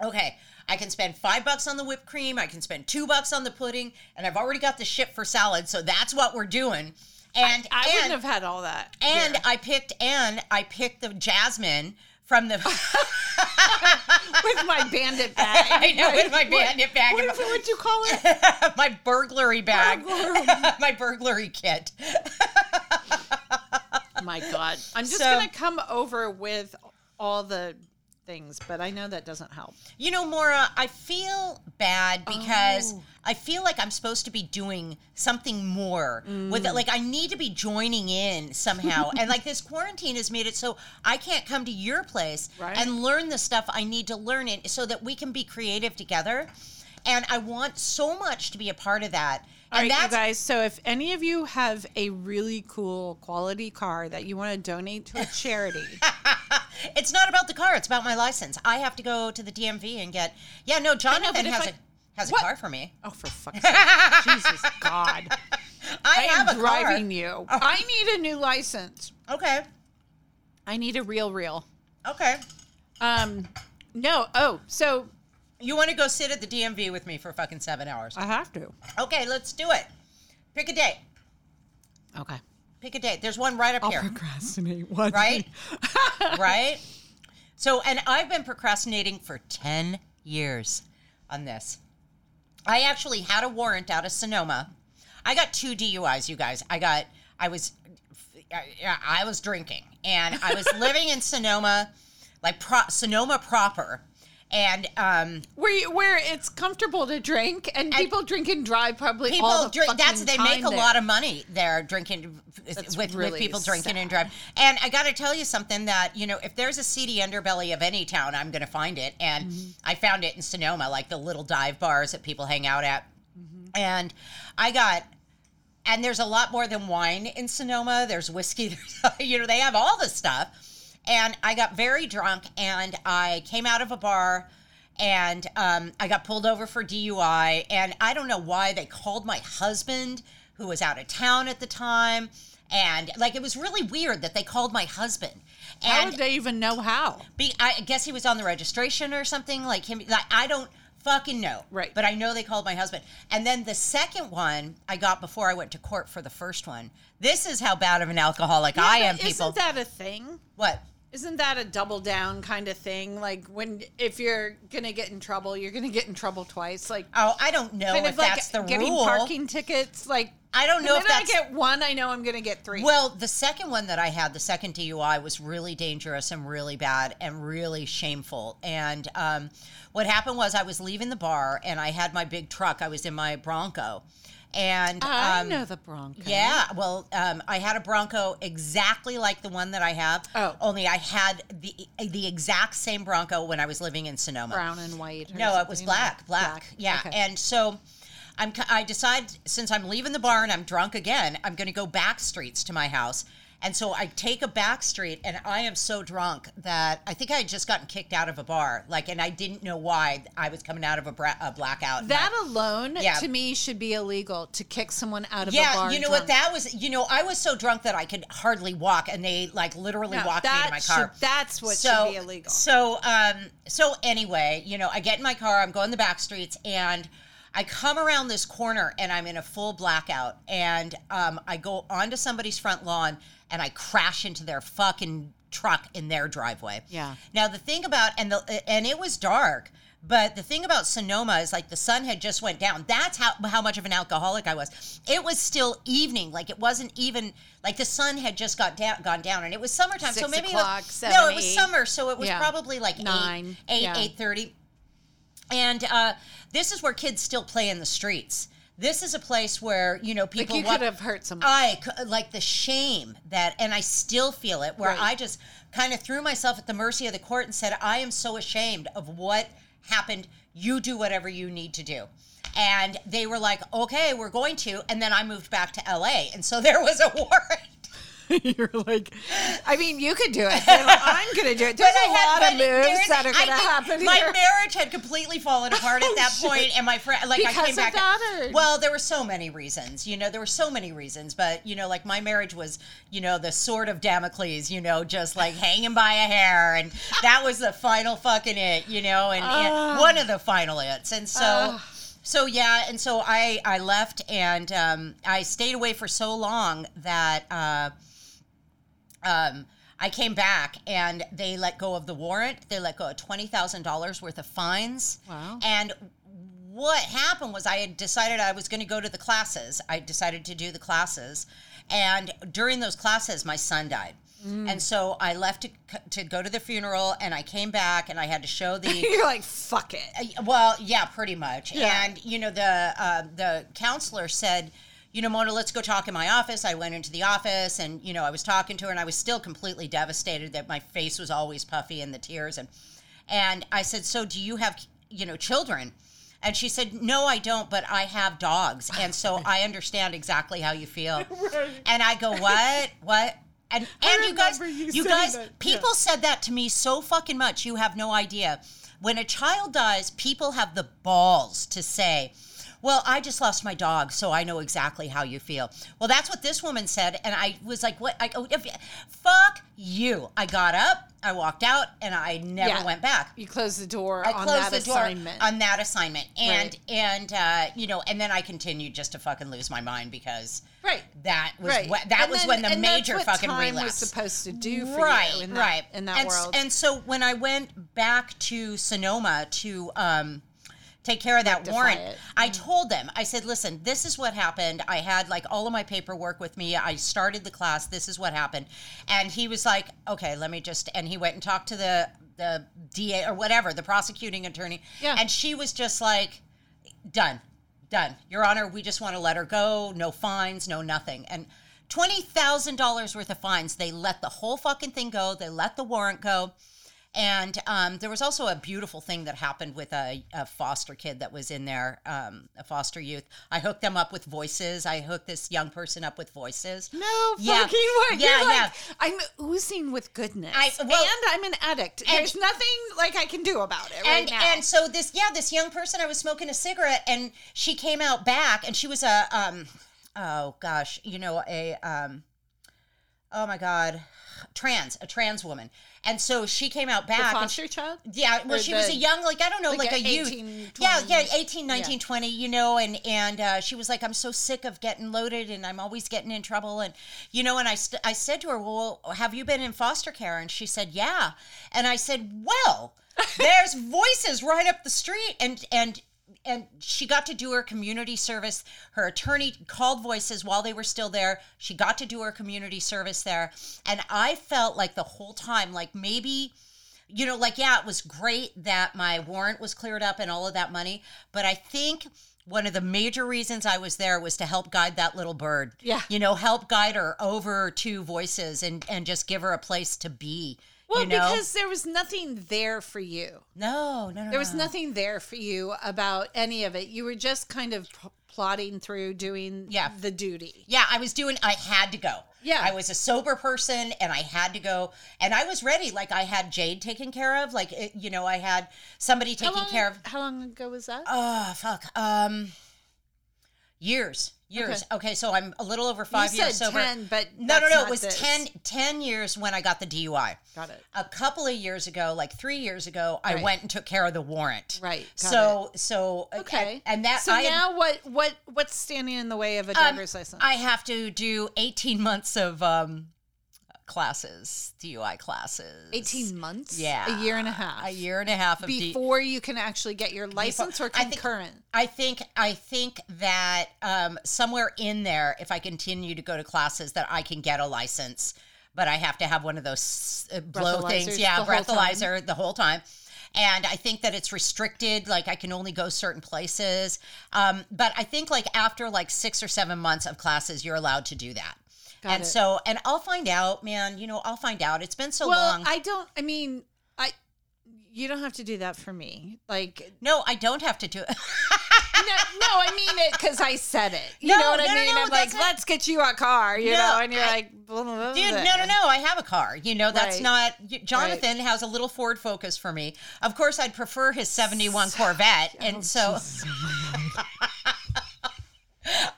Speaker 2: okay, I can spend five bucks on the whipped cream, I can spend two bucks on the pudding, and I've already got the shit for salad, so that's what we're doing. And
Speaker 1: I
Speaker 2: and,
Speaker 1: wouldn't have had all that.
Speaker 2: and I picked and I picked the jasmine from the.
Speaker 1: with my bandit bag.
Speaker 2: I know, with my bandit bag
Speaker 1: What,
Speaker 2: and
Speaker 1: what,
Speaker 2: my-
Speaker 1: what you call it?
Speaker 2: my burglary bag,
Speaker 1: Burglary.
Speaker 2: my burglary kit.
Speaker 1: Oh my God, I'm just
Speaker 2: So-
Speaker 1: gonna come over with all the things, but I know that doesn't help.
Speaker 2: You know, Maura, I feel bad because
Speaker 1: Oh.
Speaker 2: I feel like I'm supposed to be doing something more with
Speaker 1: Mm.
Speaker 2: it. Like I need to be joining in somehow. and like this quarantine has made it so I can't come to your place
Speaker 1: Right.
Speaker 2: and learn the stuff I need to learn it so that we can be creative together. And I want so much to be a part of that.
Speaker 1: All
Speaker 2: and
Speaker 1: right, you guys. So if any of you have a really cool quality car that you want to donate to a charity,
Speaker 2: it's not about the car, it's about my license. I have to go to the DMV and get Yeah, no, Jonathan
Speaker 1: if
Speaker 2: has a
Speaker 1: I-
Speaker 2: has
Speaker 1: What?
Speaker 2: a car for me.
Speaker 1: oh for fuck's sake, Jesus God,
Speaker 2: I,
Speaker 1: I
Speaker 2: have
Speaker 1: am
Speaker 2: a car. Oh.
Speaker 1: driving you. I need a new license.
Speaker 2: Okay.
Speaker 1: I need a real reel.
Speaker 2: Okay.
Speaker 1: Um, no. Oh, so
Speaker 2: You want to go sit at the DMV with me for fucking seven hours?
Speaker 1: I have to.
Speaker 2: Okay, let's do it. Pick a day.
Speaker 1: Okay.
Speaker 2: Pick a day. There's one right up
Speaker 1: I'll
Speaker 2: here,
Speaker 1: procrastinate. What?
Speaker 2: Right? right? So, and I've been procrastinating for 10 years on this. I actually had a warrant out of Sonoma. I got two DUIs, you guys. I got, I was, I, I was drinking and I was living in Sonoma, like pro, Sonoma proper. and um,
Speaker 1: Where you, where it's comfortable to drink and, people drink and drive probably
Speaker 2: people
Speaker 1: all the
Speaker 2: drink. That's
Speaker 1: fucking
Speaker 2: they make
Speaker 1: time
Speaker 2: a
Speaker 1: there.
Speaker 2: lot of money there drinking with, with
Speaker 1: really
Speaker 2: people drinking and driving. And I got to tell you something that you know, if there's a seedy underbelly of any town, I'm going to find it, and
Speaker 1: Mm-hmm.
Speaker 2: I found it in Sonoma, like the little dive bars that people hang out at.
Speaker 1: Mm-hmm.
Speaker 2: And I got. And there's a lot more than wine in Sonoma. There's whiskey. There's, you know, they have all this stuff. And I got very drunk, and I came out of a bar and um, I got pulled over for DUI. And I don't know why they called my husband, who was out of town at the time. And like it was really weird that they called my husband.
Speaker 1: How
Speaker 2: And
Speaker 1: would they even know how?
Speaker 2: be, I guess he was on the registration or something like him. Like I don't fucking know.
Speaker 1: Right.
Speaker 2: But I know they called my husband. And then the second one I got before I went to court for the first one. This is how bad of an alcoholic I am, people.
Speaker 1: Isn't that a thing?
Speaker 2: what?
Speaker 1: Isn't that a double down kind of thing? Like when if you're gonna get in trouble, you're gonna get in trouble twice. Like
Speaker 2: Oh, I don't know
Speaker 1: kind
Speaker 2: if
Speaker 1: of like
Speaker 2: that's the
Speaker 1: getting
Speaker 2: rule.
Speaker 1: parking tickets. Like
Speaker 2: I don't
Speaker 1: the
Speaker 2: know if
Speaker 1: minute I
Speaker 2: that's
Speaker 1: get one, I know I'm gonna get three.
Speaker 2: Well, the second one that I had, the second DUI, was really dangerous and really bad and really shameful. And um, what happened was I was leaving the bar and I had my big truck. I was in my Bronco, and
Speaker 1: I
Speaker 2: um,
Speaker 1: know the Bronco.
Speaker 2: yeah, well, um, I had a Bronco exactly like the one that I have.
Speaker 1: Oh.
Speaker 2: only I had the the exact same Bronco when I was living in Sonoma.
Speaker 1: brown and white. or
Speaker 2: No, it was
Speaker 1: something
Speaker 2: black,
Speaker 1: like-
Speaker 2: black. Yeah,
Speaker 1: okay.
Speaker 2: and so I'm. c- I decide since I'm leaving the bar and I'm drunk again, I'm going to go back streets to my house. And so I take a back street, and I am so drunk that I think I had just gotten kicked out of a bar, like, and I didn't know why I was coming out of a, bra- a blackout.
Speaker 1: that alone
Speaker 2: Yeah.
Speaker 1: to me should be illegal to kick someone out of a
Speaker 2: yeah,
Speaker 1: bar.
Speaker 2: you know what? That was, you know, I was so drunk that I could hardly walk, and they like literally walked me to my car.
Speaker 1: that's what should be illegal.
Speaker 2: So, um, so anyway, you know, I get in my car, I'm going the back streets, and I come around this corner, and I'm in a full blackout, and um, I go onto somebody's front lawn, and I crash into their fucking truck in their driveway.
Speaker 1: Yeah.
Speaker 2: Now the thing about and the and it was dark. But the thing about Sonoma is like the sun had just went down. That's how how much of an alcoholic I was. It was still evening, like it wasn't even like the sun had just got down, gone down, and it was summertime. so
Speaker 1: Six
Speaker 2: maybe it
Speaker 1: o'clock,
Speaker 2: was,
Speaker 1: seven,
Speaker 2: no, it was
Speaker 1: eight.
Speaker 2: summer, so it was
Speaker 1: Yeah.
Speaker 2: probably like
Speaker 1: Nine,
Speaker 2: eight, eight,
Speaker 1: yeah.
Speaker 2: eight thirty. And uh, this is where kids still play in the streets. This is a place where you know
Speaker 1: Like
Speaker 2: people
Speaker 1: you
Speaker 2: wa-
Speaker 1: could have hurt someone.
Speaker 2: I c- like the shame that, and I still feel it. Where
Speaker 1: Right.
Speaker 2: I just kind of threw myself at the mercy of the court and said, "I am so ashamed of what happened. You do whatever you need to do." And they were like, "Okay, we're going to." And then I moved back to LA, and so there was a warrant.
Speaker 1: You're like, I mean, you could do it. I'm gonna do it. There's
Speaker 2: But
Speaker 1: a
Speaker 2: I had-
Speaker 1: lot of
Speaker 2: but there's-
Speaker 1: moves that are
Speaker 2: I
Speaker 1: gonna
Speaker 2: think
Speaker 1: happen
Speaker 2: My
Speaker 1: here. Oh,
Speaker 2: marriage had completely fallen apart at that
Speaker 1: shit.
Speaker 2: point, and my friend, like, I
Speaker 1: Because
Speaker 2: came
Speaker 1: of
Speaker 2: back.
Speaker 1: that, or-
Speaker 2: Well, there were so many reasons. You know, there were so many reasons, but you know, like my marriage was, you know, the sword of Damocles. You know, just like hanging by a hair, and that was the final fucking it. You know, and,
Speaker 1: Ah.
Speaker 2: and one of the final its, and so. So yeah, and so I I left and um, I stayed away for so long that uh, um, I came back and they let go of the warrant. They let go of twenty thousand dollars worth of fines.
Speaker 1: Wow.
Speaker 2: And what happened was I had decided I was going to go to the classes. I decided to do the classes, and during those classes, my son died. And so I left to, c- to go to the funeral, and I came back, and I had to show the
Speaker 1: You're like, fuck it.
Speaker 2: Uh, well, yeah, pretty much.
Speaker 1: Yeah.
Speaker 2: And you know, the uh, the counselor said, you know, Mona, let's go talk in my office. I went into the office, and you know, I was talking to her, and I was still completely devastated that my face was always puffy and the tears, and and I said, so do you have you know children? And she said, no, I don't, but I have dogs, and so I understand exactly how you feel. And I go, what, what? And, and you guys,
Speaker 1: remember you
Speaker 2: you
Speaker 1: saying
Speaker 2: guys,
Speaker 1: that, yeah.
Speaker 2: people people said that to me so fucking much. You have no idea. When a child dies, people have the balls to say, well, I just lost my dog, so I know exactly how you feel. Well, that's what this woman said, and I was like, "What? I, oh, if, fuck you!" I got up, I walked out, and I never
Speaker 1: Yeah.
Speaker 2: went back.
Speaker 1: You close the door
Speaker 2: I
Speaker 1: on
Speaker 2: closed
Speaker 1: that
Speaker 2: the door
Speaker 1: assignment.
Speaker 2: on that assignment, and
Speaker 1: Right.
Speaker 2: and uh, you know, and then I continued just to fucking lose my mind because
Speaker 1: right.
Speaker 2: that was
Speaker 1: right.
Speaker 2: wh- that
Speaker 1: And
Speaker 2: was
Speaker 1: then-
Speaker 2: when the
Speaker 1: and
Speaker 2: major
Speaker 1: that's what
Speaker 2: fucking
Speaker 1: time
Speaker 2: relapse
Speaker 1: was supposed to do for
Speaker 2: right,
Speaker 1: you in that,
Speaker 2: right.
Speaker 1: in that
Speaker 2: and, s-
Speaker 1: world.
Speaker 2: And so when I went back to Sonoma to um, take care of that warrant,
Speaker 1: it. Mm-hmm.
Speaker 2: I told them, I said, listen, this is what happened. I had like all of my paperwork with me. I started the class. This is what happened. And he was like, okay, let me just, and he went and talked to the the DA or whatever, the prosecuting attorney.
Speaker 3: Yeah.
Speaker 2: And she was just like, done, done. Your Honor, we just want to let her go. No fines, no nothing. And $20,000 worth of fines. They let the whole fucking thing go. They let the warrant go. And um, there was also a beautiful thing that happened with a, a foster kid that was in there, um, a foster youth. I hooked them up with voices. I hooked this young person up with voices.
Speaker 1: No
Speaker 2: Yeah.
Speaker 1: fucking way.
Speaker 2: Yeah,
Speaker 1: You're like,
Speaker 2: yeah.
Speaker 1: I'm oozing with goodness.
Speaker 2: I- well-
Speaker 1: and I'm an addict. There's nothing like I can do about it right
Speaker 2: and
Speaker 1: now.
Speaker 2: and so this yeah this young person i was smoking a cigarette and she came out back and she was a um oh gosh you know a um oh my god trans a trans woman and so she came out back and
Speaker 1: foster child?
Speaker 2: yeah, well,
Speaker 1: Or
Speaker 2: she was a
Speaker 1: the-
Speaker 2: young, like I don't know, like,
Speaker 1: like
Speaker 2: a,
Speaker 1: a
Speaker 2: youth.
Speaker 1: 18,
Speaker 2: yeah,
Speaker 1: 20.
Speaker 2: yeah, 18, 19, 20, you know, and and uh, she was like, I'm so sick of getting loaded, and I'm always getting in trouble, and you know, and I st- I said to her, well, have you been in foster care? And she said, yeah, and I said, well, there's voices right up the street, and and and she got to do her community service. Her attorney called voices while they were still there. She got to do her community service there, and I felt like the whole time, like maybe you know, like, yeah, it was great that my warrant was cleared up and all of that money. But I think one of the major reasons I was there was to help guide that little bird.
Speaker 1: Yeah.
Speaker 2: You know, help guide her over to voices and, and just give her a place to be.
Speaker 1: well,
Speaker 2: you know?
Speaker 1: because there was nothing there for you.
Speaker 2: no, no, no.
Speaker 1: There was
Speaker 2: no.
Speaker 1: nothing there for you about any of it. You were just kind of p- plodding through doing
Speaker 2: Yeah.
Speaker 1: the duty.
Speaker 2: Yeah, I was doing, I had to go.
Speaker 1: Yeah.
Speaker 2: I was a sober person and I had to go. And I was ready. Like, I had Jade taken care of. Like, it, you know, I had somebody
Speaker 1: How
Speaker 2: taking
Speaker 1: long,
Speaker 2: care of.
Speaker 1: how long ago was that?
Speaker 2: Oh fuck. Um years. Years. Okay, so I'm a little over
Speaker 1: you
Speaker 2: five
Speaker 1: said
Speaker 2: years sober.
Speaker 1: 10, but
Speaker 2: no, no,
Speaker 1: that's
Speaker 2: no.
Speaker 1: not
Speaker 2: It was
Speaker 1: this.
Speaker 2: ten ten 10 years when I got the DUI.
Speaker 1: Got it.
Speaker 2: A couple of years ago, like three years ago, I
Speaker 1: Right.
Speaker 2: went and took care of the warrant.
Speaker 1: Right, got
Speaker 2: So so
Speaker 1: Okay.
Speaker 2: and, and that
Speaker 1: so
Speaker 2: I had-
Speaker 1: now what what what's standing in the way of a driver's license?
Speaker 2: I have to do eighteen months of um classes, DUI classes.
Speaker 1: 18 months?
Speaker 2: Yeah.
Speaker 1: A year and a half.
Speaker 2: A year and a half of D-
Speaker 1: before you can actually get your license or
Speaker 2: I think-
Speaker 1: concurrent.
Speaker 2: I think I think that um, somewhere in there, if I continue to go to classes, that I can get a license, but I have to have one of those uh, blow things,
Speaker 1: Breathalyzers the
Speaker 2: yeah,
Speaker 1: whole
Speaker 2: breathalyzer the whole time. And I think that it's restricted, like I can only go certain places. Um, but I think like after like six or seven months of classes, you're allowed to do that. and
Speaker 1: it.
Speaker 2: so, and I'll find out, man. You know, I'll find out. It's been so
Speaker 1: well,
Speaker 2: long.
Speaker 1: I don't. I mean, I. You don't have to do that for me. Like,
Speaker 2: no, I don't have to do it.
Speaker 1: no, no I mean it because I said it. You
Speaker 2: No,
Speaker 1: know what
Speaker 2: no,
Speaker 1: I
Speaker 2: no,
Speaker 1: mean?
Speaker 2: no,
Speaker 1: I'm like,
Speaker 2: that's not-
Speaker 1: let's get you a car, you
Speaker 2: No,
Speaker 1: know? And you're
Speaker 2: I-
Speaker 1: like, blah, blah, blah,
Speaker 2: Dude,
Speaker 1: blah.
Speaker 2: no, no, no. I have a car. You know, that's
Speaker 1: Right.
Speaker 2: not. y- Jonathan has a little Ford Focus for me. Of course, I'd prefer his 71 Corvette. and so.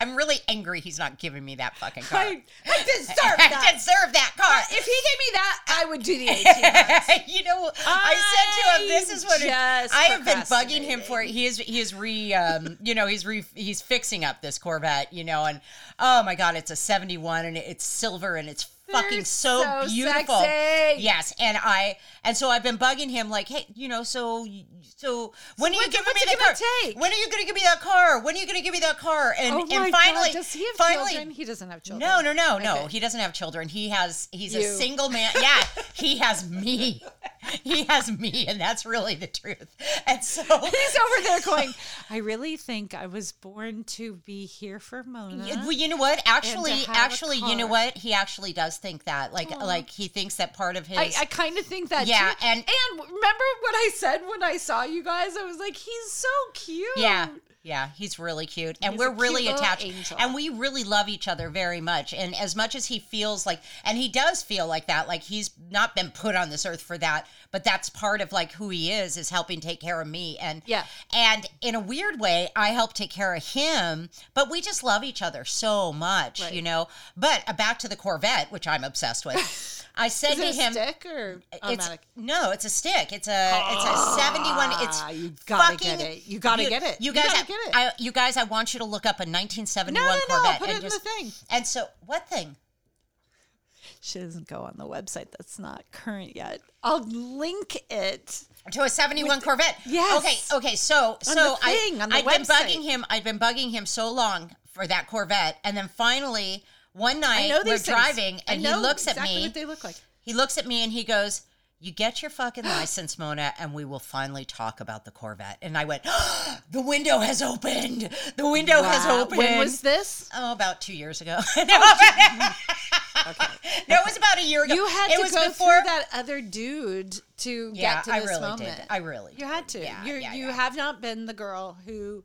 Speaker 2: I'm really angry he's not giving me that fucking car.
Speaker 1: I, I deserve
Speaker 2: I
Speaker 1: that.
Speaker 2: deserve that car.
Speaker 1: Uh, if he gave me that, I would do the 18.
Speaker 2: you know, I, said to him, "This is what it-
Speaker 1: I'm just
Speaker 2: I have been bugging him
Speaker 1: procrastinating.
Speaker 2: for. He is he is re um, you know he's re he's fixing up this Corvette, you know, and oh my god, it's a seventy one and it's silver and it's fucking so,
Speaker 1: so
Speaker 2: beautiful.
Speaker 1: sexy.
Speaker 2: Yes, and I and so I've been bugging him like, hey, you know, so so when are you
Speaker 1: what's-
Speaker 2: giving
Speaker 1: what's
Speaker 2: me
Speaker 1: it
Speaker 2: that car?
Speaker 1: gonna take?
Speaker 2: When are you going to give me that car? When are you going to give me that car? And
Speaker 1: Oh my
Speaker 2: and finally,
Speaker 1: God, does he have
Speaker 2: finally,
Speaker 1: children? He doesn't have children.
Speaker 2: no, no, no, no.
Speaker 1: Okay.
Speaker 2: He doesn't have children. He has he's a
Speaker 1: You.
Speaker 2: single man. Yeah, he has me. He has me, and that's really the truth. And so
Speaker 1: He's over there going, I really think I was born to be here for Mona.
Speaker 2: well, you know what? Actually,
Speaker 1: have a
Speaker 2: actually, you know
Speaker 1: car.
Speaker 2: what? He actually does think that. Like, like he thinks that part of his.
Speaker 1: I, I kind of think that
Speaker 2: Yeah,
Speaker 1: too.
Speaker 2: and-
Speaker 1: and remember what I said when I saw you guys? I was like, he's so cute.
Speaker 2: yeah. Yeah, he's really cute. And
Speaker 1: He's a
Speaker 2: we're
Speaker 1: cute
Speaker 2: really
Speaker 1: little
Speaker 2: attached.
Speaker 1: angel.
Speaker 2: And we really love each other very much. And as much as he feels like, and he does feel like that, like he's not been put on this earth for that, but that's part of like who he is, is helping take care of me. And
Speaker 1: Yeah.
Speaker 2: And in a weird way, I help take care of him, but we just love each other so much, you know? But uh, back to the Corvette, which I'm obsessed with. I said
Speaker 1: Is it
Speaker 2: to
Speaker 1: a
Speaker 2: him,
Speaker 1: stick Oh, or
Speaker 2: it's,
Speaker 1: automatic?
Speaker 2: no, it's a stick. It's a it's a seventy one. It's
Speaker 1: Ah, you gotta
Speaker 2: fucking-
Speaker 1: get it. You gotta get it.
Speaker 2: You
Speaker 1: You
Speaker 2: guys,
Speaker 1: gotta
Speaker 2: I,
Speaker 1: get it.
Speaker 2: I, you guys, I want you to look up a nineteen seventy
Speaker 1: No,
Speaker 2: one
Speaker 1: no, no.
Speaker 2: Corvette
Speaker 1: Put it
Speaker 2: and
Speaker 1: in
Speaker 2: just
Speaker 1: the thing.
Speaker 2: and so what thing?
Speaker 1: She doesn't go on the website. That's not current yet. I'll link it.
Speaker 2: To a seventy-one Corvette.
Speaker 1: Yes.
Speaker 2: Okay. Okay. So, so
Speaker 1: thing,
Speaker 2: I,
Speaker 1: on the
Speaker 2: I've been
Speaker 1: website.
Speaker 2: bugging him. I've been bugging him so long for that Corvette, and then finally one night
Speaker 1: I know
Speaker 2: we're
Speaker 1: these things.
Speaker 2: driving,
Speaker 1: I
Speaker 2: and he
Speaker 1: know
Speaker 2: looks at
Speaker 1: exactly
Speaker 2: me.
Speaker 1: What they look like.
Speaker 2: he looks at me and he goes, You get your fucking license, Mona, and we will finally talk about the Corvette. And I went, the window has opened. The window has
Speaker 1: Wow.
Speaker 2: opened.
Speaker 1: When was this?
Speaker 2: Oh, about two years ago.
Speaker 1: Oh,
Speaker 2: no, no, it was about a year ago.
Speaker 1: You had
Speaker 2: it
Speaker 1: to
Speaker 2: was
Speaker 1: go
Speaker 2: before
Speaker 1: through that other dude to
Speaker 2: Yeah,
Speaker 1: get to
Speaker 2: I
Speaker 1: this
Speaker 2: really
Speaker 1: moment.
Speaker 2: did. I really
Speaker 1: You had to.
Speaker 2: Yeah,
Speaker 1: you
Speaker 2: yeah,
Speaker 1: you
Speaker 2: yeah.
Speaker 1: have not been the girl who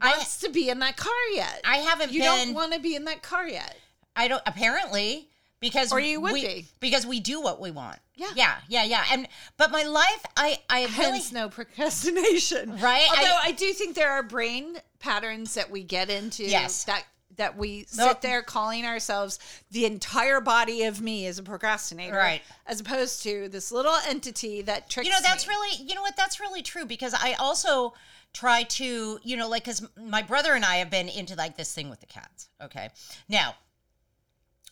Speaker 2: I-
Speaker 1: wants to be in that car yet.
Speaker 2: I haven't
Speaker 1: you
Speaker 2: been-
Speaker 1: don't want to be in that car yet.
Speaker 2: I don't apparently because
Speaker 1: Or you would
Speaker 2: we,
Speaker 1: be.
Speaker 2: because we do what we want.
Speaker 1: Yeah.
Speaker 2: yeah, yeah, yeah. And but my life, I I really
Speaker 1: Hence, no procrastination.
Speaker 2: Right?
Speaker 1: Although
Speaker 2: I-
Speaker 1: I, do think there are brain patterns that we get into.
Speaker 2: Yes.
Speaker 1: That that we
Speaker 2: No.
Speaker 1: sit there calling ourselves the entire body of me is a procrastinator,
Speaker 2: Right.
Speaker 1: As opposed to this little entity that tricks.
Speaker 2: you know that's
Speaker 1: me.
Speaker 2: really you know what that's really true because I also try to you know like because my brother and I have been into like this thing with the cats. Okay, now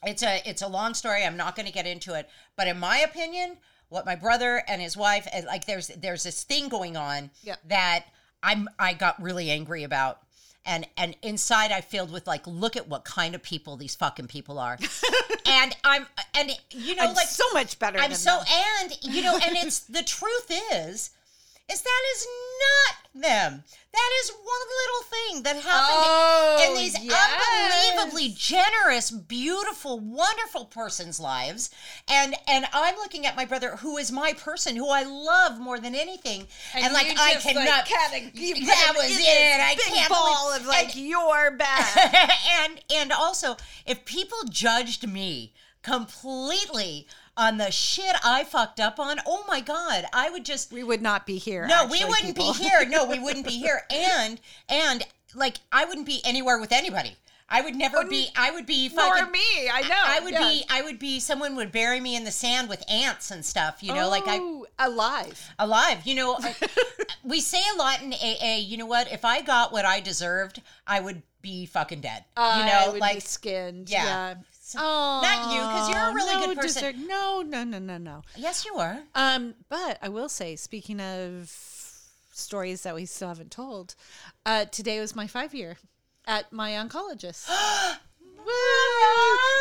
Speaker 2: it's a it's a long story. I'm not going to get into it, but in my opinion, what my brother and his wife and like there's there's this thing going on
Speaker 1: Yep.
Speaker 2: that I'm I got really angry about. And, and inside I filled with like, look at what kind of people these fucking people are, and I'm and you know
Speaker 1: I'm
Speaker 2: like
Speaker 1: so much better.
Speaker 2: I'm
Speaker 1: than
Speaker 2: so
Speaker 1: them.
Speaker 2: and you know, and it's the truth is, is that is not them. That is one little thing that happened.
Speaker 1: Oh,
Speaker 2: in these
Speaker 1: yes.
Speaker 2: unbelievably generous, beautiful, wonderful person's lives, and and I'm looking at my brother, who is my person, who I love more than anything, and,
Speaker 1: you
Speaker 2: like I
Speaker 1: just, like,
Speaker 2: cannot.
Speaker 1: kinda- you put
Speaker 2: that
Speaker 1: him in
Speaker 2: was it.
Speaker 1: this
Speaker 2: I
Speaker 1: big
Speaker 2: can't
Speaker 1: ball
Speaker 2: believe-
Speaker 1: of like you're bad.
Speaker 2: and and also if people judged me completely on the shit I fucked up on, oh my god, I would just
Speaker 1: we would not be here.
Speaker 2: no, we
Speaker 1: actually,
Speaker 2: wouldn't
Speaker 1: people.
Speaker 2: be here. No, we wouldn't be here. And and like I wouldn't be anywhere with anybody. I would never be. I would be
Speaker 1: Nor
Speaker 2: fucking.
Speaker 1: me. I know.
Speaker 2: I would
Speaker 1: yeah.
Speaker 2: be. I would be. Someone would bury me in the sand with ants and stuff. You know, like I
Speaker 1: Oh, alive.
Speaker 2: alive. You know, I- we say a lot in AA. You know what? If I got what I deserved, I would be fucking dead. you
Speaker 1: I
Speaker 2: know,
Speaker 1: would be
Speaker 2: like
Speaker 1: skinned.
Speaker 2: yeah.
Speaker 1: Yeah.
Speaker 2: So- not you, 'cause you're a
Speaker 1: Aw,
Speaker 2: really
Speaker 1: no
Speaker 2: good person.
Speaker 1: dessert. No, no, no, no, no.
Speaker 2: yes, you are.
Speaker 1: Um, but I will say, speaking of stories that we still haven't told, uh, today was my five year at my oncologist. Woo!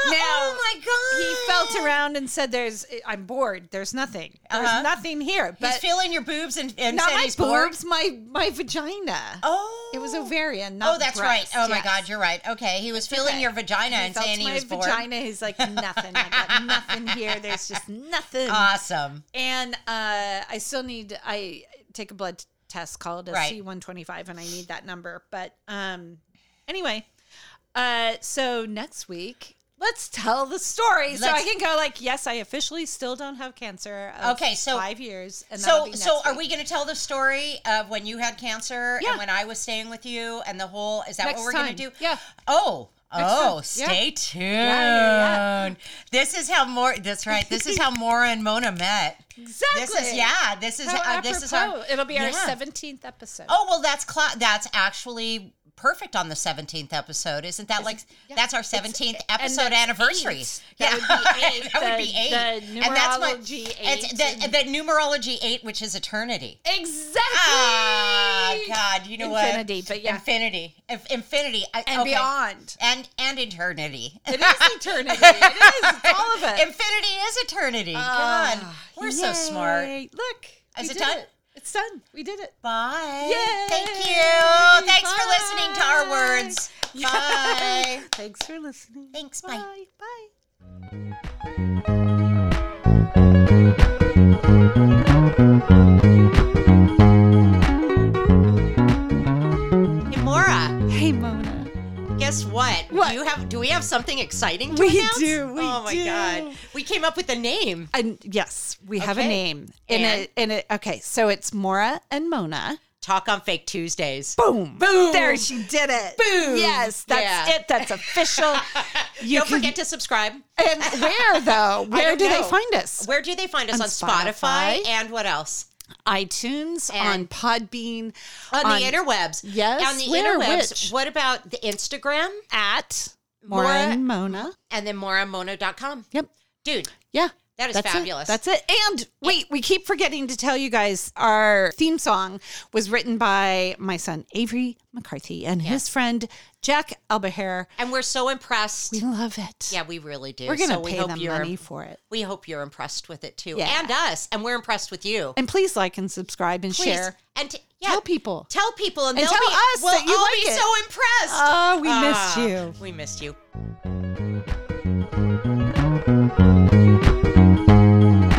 Speaker 1: Now,
Speaker 2: oh my god,
Speaker 1: he felt around and said, "There's, I'm bored. There's nothing. There's
Speaker 2: Uh-huh.
Speaker 1: nothing here." But
Speaker 2: He's feeling your boobs and, and
Speaker 1: not
Speaker 2: said
Speaker 1: my
Speaker 2: he's bored.
Speaker 1: boobs, my my vagina.
Speaker 2: Oh,
Speaker 1: It was ovarian. Not
Speaker 2: Oh, that's
Speaker 1: breast,
Speaker 2: right. Oh my
Speaker 1: yes.
Speaker 2: God, you're right. Okay, he was feeling
Speaker 1: okay.
Speaker 2: your vagina and
Speaker 1: felt
Speaker 2: saying he
Speaker 1: my
Speaker 2: was bored.
Speaker 1: vagina. He's like nothing. I got nothing here. There's just nothing.
Speaker 2: Awesome.
Speaker 1: and uh, I still need. I take a blood test called a
Speaker 2: Right.
Speaker 1: one twenty five, and I need that number. But um, anyway, uh, so next week. Let's tell the story so I
Speaker 2: Let's-
Speaker 1: can go like, yes, I officially still don't have cancer. Of
Speaker 2: Okay, so-
Speaker 1: five years. And that'll
Speaker 2: So,
Speaker 1: be next
Speaker 2: so are
Speaker 1: week.
Speaker 2: we going to tell the story of when you had cancer
Speaker 1: Yeah.
Speaker 2: and when I was staying with you and the whole? Is that
Speaker 1: Next
Speaker 2: what we're going
Speaker 1: time.
Speaker 2: to do?
Speaker 1: Yeah.
Speaker 2: Oh. oh,
Speaker 1: time. Yeah.
Speaker 2: stay tuned.
Speaker 1: yeah,
Speaker 2: This is how more. That's right. This is how Mora and Mona met.
Speaker 1: Exactly.
Speaker 2: This is yeah. This is
Speaker 1: How
Speaker 2: uh, this is our.
Speaker 1: apropos. It'll be our
Speaker 2: Yeah.
Speaker 1: seventeenth episode.
Speaker 2: Oh well, that's cla- that's actually perfect on the seventeenth episode, isn't that like that's our seventeenth episode
Speaker 1: that's
Speaker 2: anniversary?
Speaker 1: eight.
Speaker 2: Yeah,
Speaker 1: That would be eight.
Speaker 2: that would
Speaker 1: The-
Speaker 2: be eight.
Speaker 1: the numerology
Speaker 2: it's
Speaker 1: eight
Speaker 2: the, the numerology eight, which is eternity.
Speaker 1: exactly.
Speaker 2: Ah, God, you know what?
Speaker 1: Infinity, but yeah.
Speaker 2: infinity, If- infinity, I-
Speaker 1: And
Speaker 2: okay.
Speaker 1: beyond.
Speaker 2: and and eternity.
Speaker 1: It is eternity. it is. It's all of it. Ah,
Speaker 2: Infinity is eternity. Come on, we're so smart.
Speaker 1: Yay. Look.
Speaker 2: Is
Speaker 1: we
Speaker 2: it
Speaker 1: did
Speaker 2: done?
Speaker 1: It's done. We did it.
Speaker 2: Bye.
Speaker 1: Yay.
Speaker 2: Thank you. Thanks for
Speaker 1: Bye.
Speaker 2: listening to our words. Bye.
Speaker 1: Thanks for listening.
Speaker 2: Thanks, bye.
Speaker 1: Bye. Bye.
Speaker 2: Hey, Mora,
Speaker 1: Hey, Mona.
Speaker 2: guess what?
Speaker 1: What?
Speaker 2: Do you have? Do we have something exciting to
Speaker 1: We
Speaker 2: announce?
Speaker 1: do, we
Speaker 2: oh my
Speaker 1: do.
Speaker 2: god, we came up with a name.
Speaker 1: And yes, we have a
Speaker 2: Okay.
Speaker 1: name. And,
Speaker 2: And?
Speaker 1: it, and it, okay, so it's Mora and Mona.
Speaker 2: Talk on Fake Tuesdays.
Speaker 1: Boom.
Speaker 2: Boom.
Speaker 1: There she did it.
Speaker 2: Boom.
Speaker 1: Yes, that's
Speaker 2: Yeah.
Speaker 1: it. That's official. You
Speaker 2: Don't
Speaker 1: can-
Speaker 2: forget to subscribe.
Speaker 1: And where though? Where
Speaker 2: don't
Speaker 1: do
Speaker 2: know.
Speaker 1: they find us?
Speaker 2: Where do they find us
Speaker 1: On
Speaker 2: on, Spotify.
Speaker 1: Spotify.
Speaker 2: and what else?
Speaker 1: iTunes, on
Speaker 2: And-
Speaker 1: Podbean,
Speaker 2: On, the interwebs.
Speaker 1: Yes,
Speaker 2: On the
Speaker 1: where,
Speaker 2: interwebs.
Speaker 1: which?
Speaker 2: What about the Instagram?
Speaker 1: at Mora and Mona.
Speaker 2: And then moramona.com.
Speaker 1: Yep.
Speaker 2: Dude,
Speaker 1: Yeah.
Speaker 2: That is
Speaker 3: That's it.
Speaker 2: fabulous.
Speaker 1: That's it. And wait, we keep forgetting to tell you guys our theme song was written by my son Avery McCarthy and his friend Jack Elbehair.
Speaker 2: and we're so impressed.
Speaker 1: We love it.
Speaker 2: yeah, we really do.
Speaker 1: We're gonna
Speaker 2: so we
Speaker 1: pay
Speaker 2: hope
Speaker 1: them
Speaker 2: you're,
Speaker 1: money for it.
Speaker 2: We hope you're impressed with it too,
Speaker 1: Yeah.
Speaker 2: and us, and we're impressed with you.
Speaker 1: And please like and subscribe and
Speaker 2: Please.
Speaker 1: share.
Speaker 2: and t- yeah,
Speaker 1: Tell people.
Speaker 2: tell people, and,
Speaker 1: And
Speaker 2: they'll
Speaker 1: tell
Speaker 2: be,
Speaker 1: us
Speaker 2: we'll
Speaker 1: that you
Speaker 2: all
Speaker 1: like
Speaker 2: be
Speaker 1: it.
Speaker 2: so impressed.
Speaker 1: Oh, we
Speaker 2: Ah,
Speaker 1: missed you.
Speaker 2: We missed you.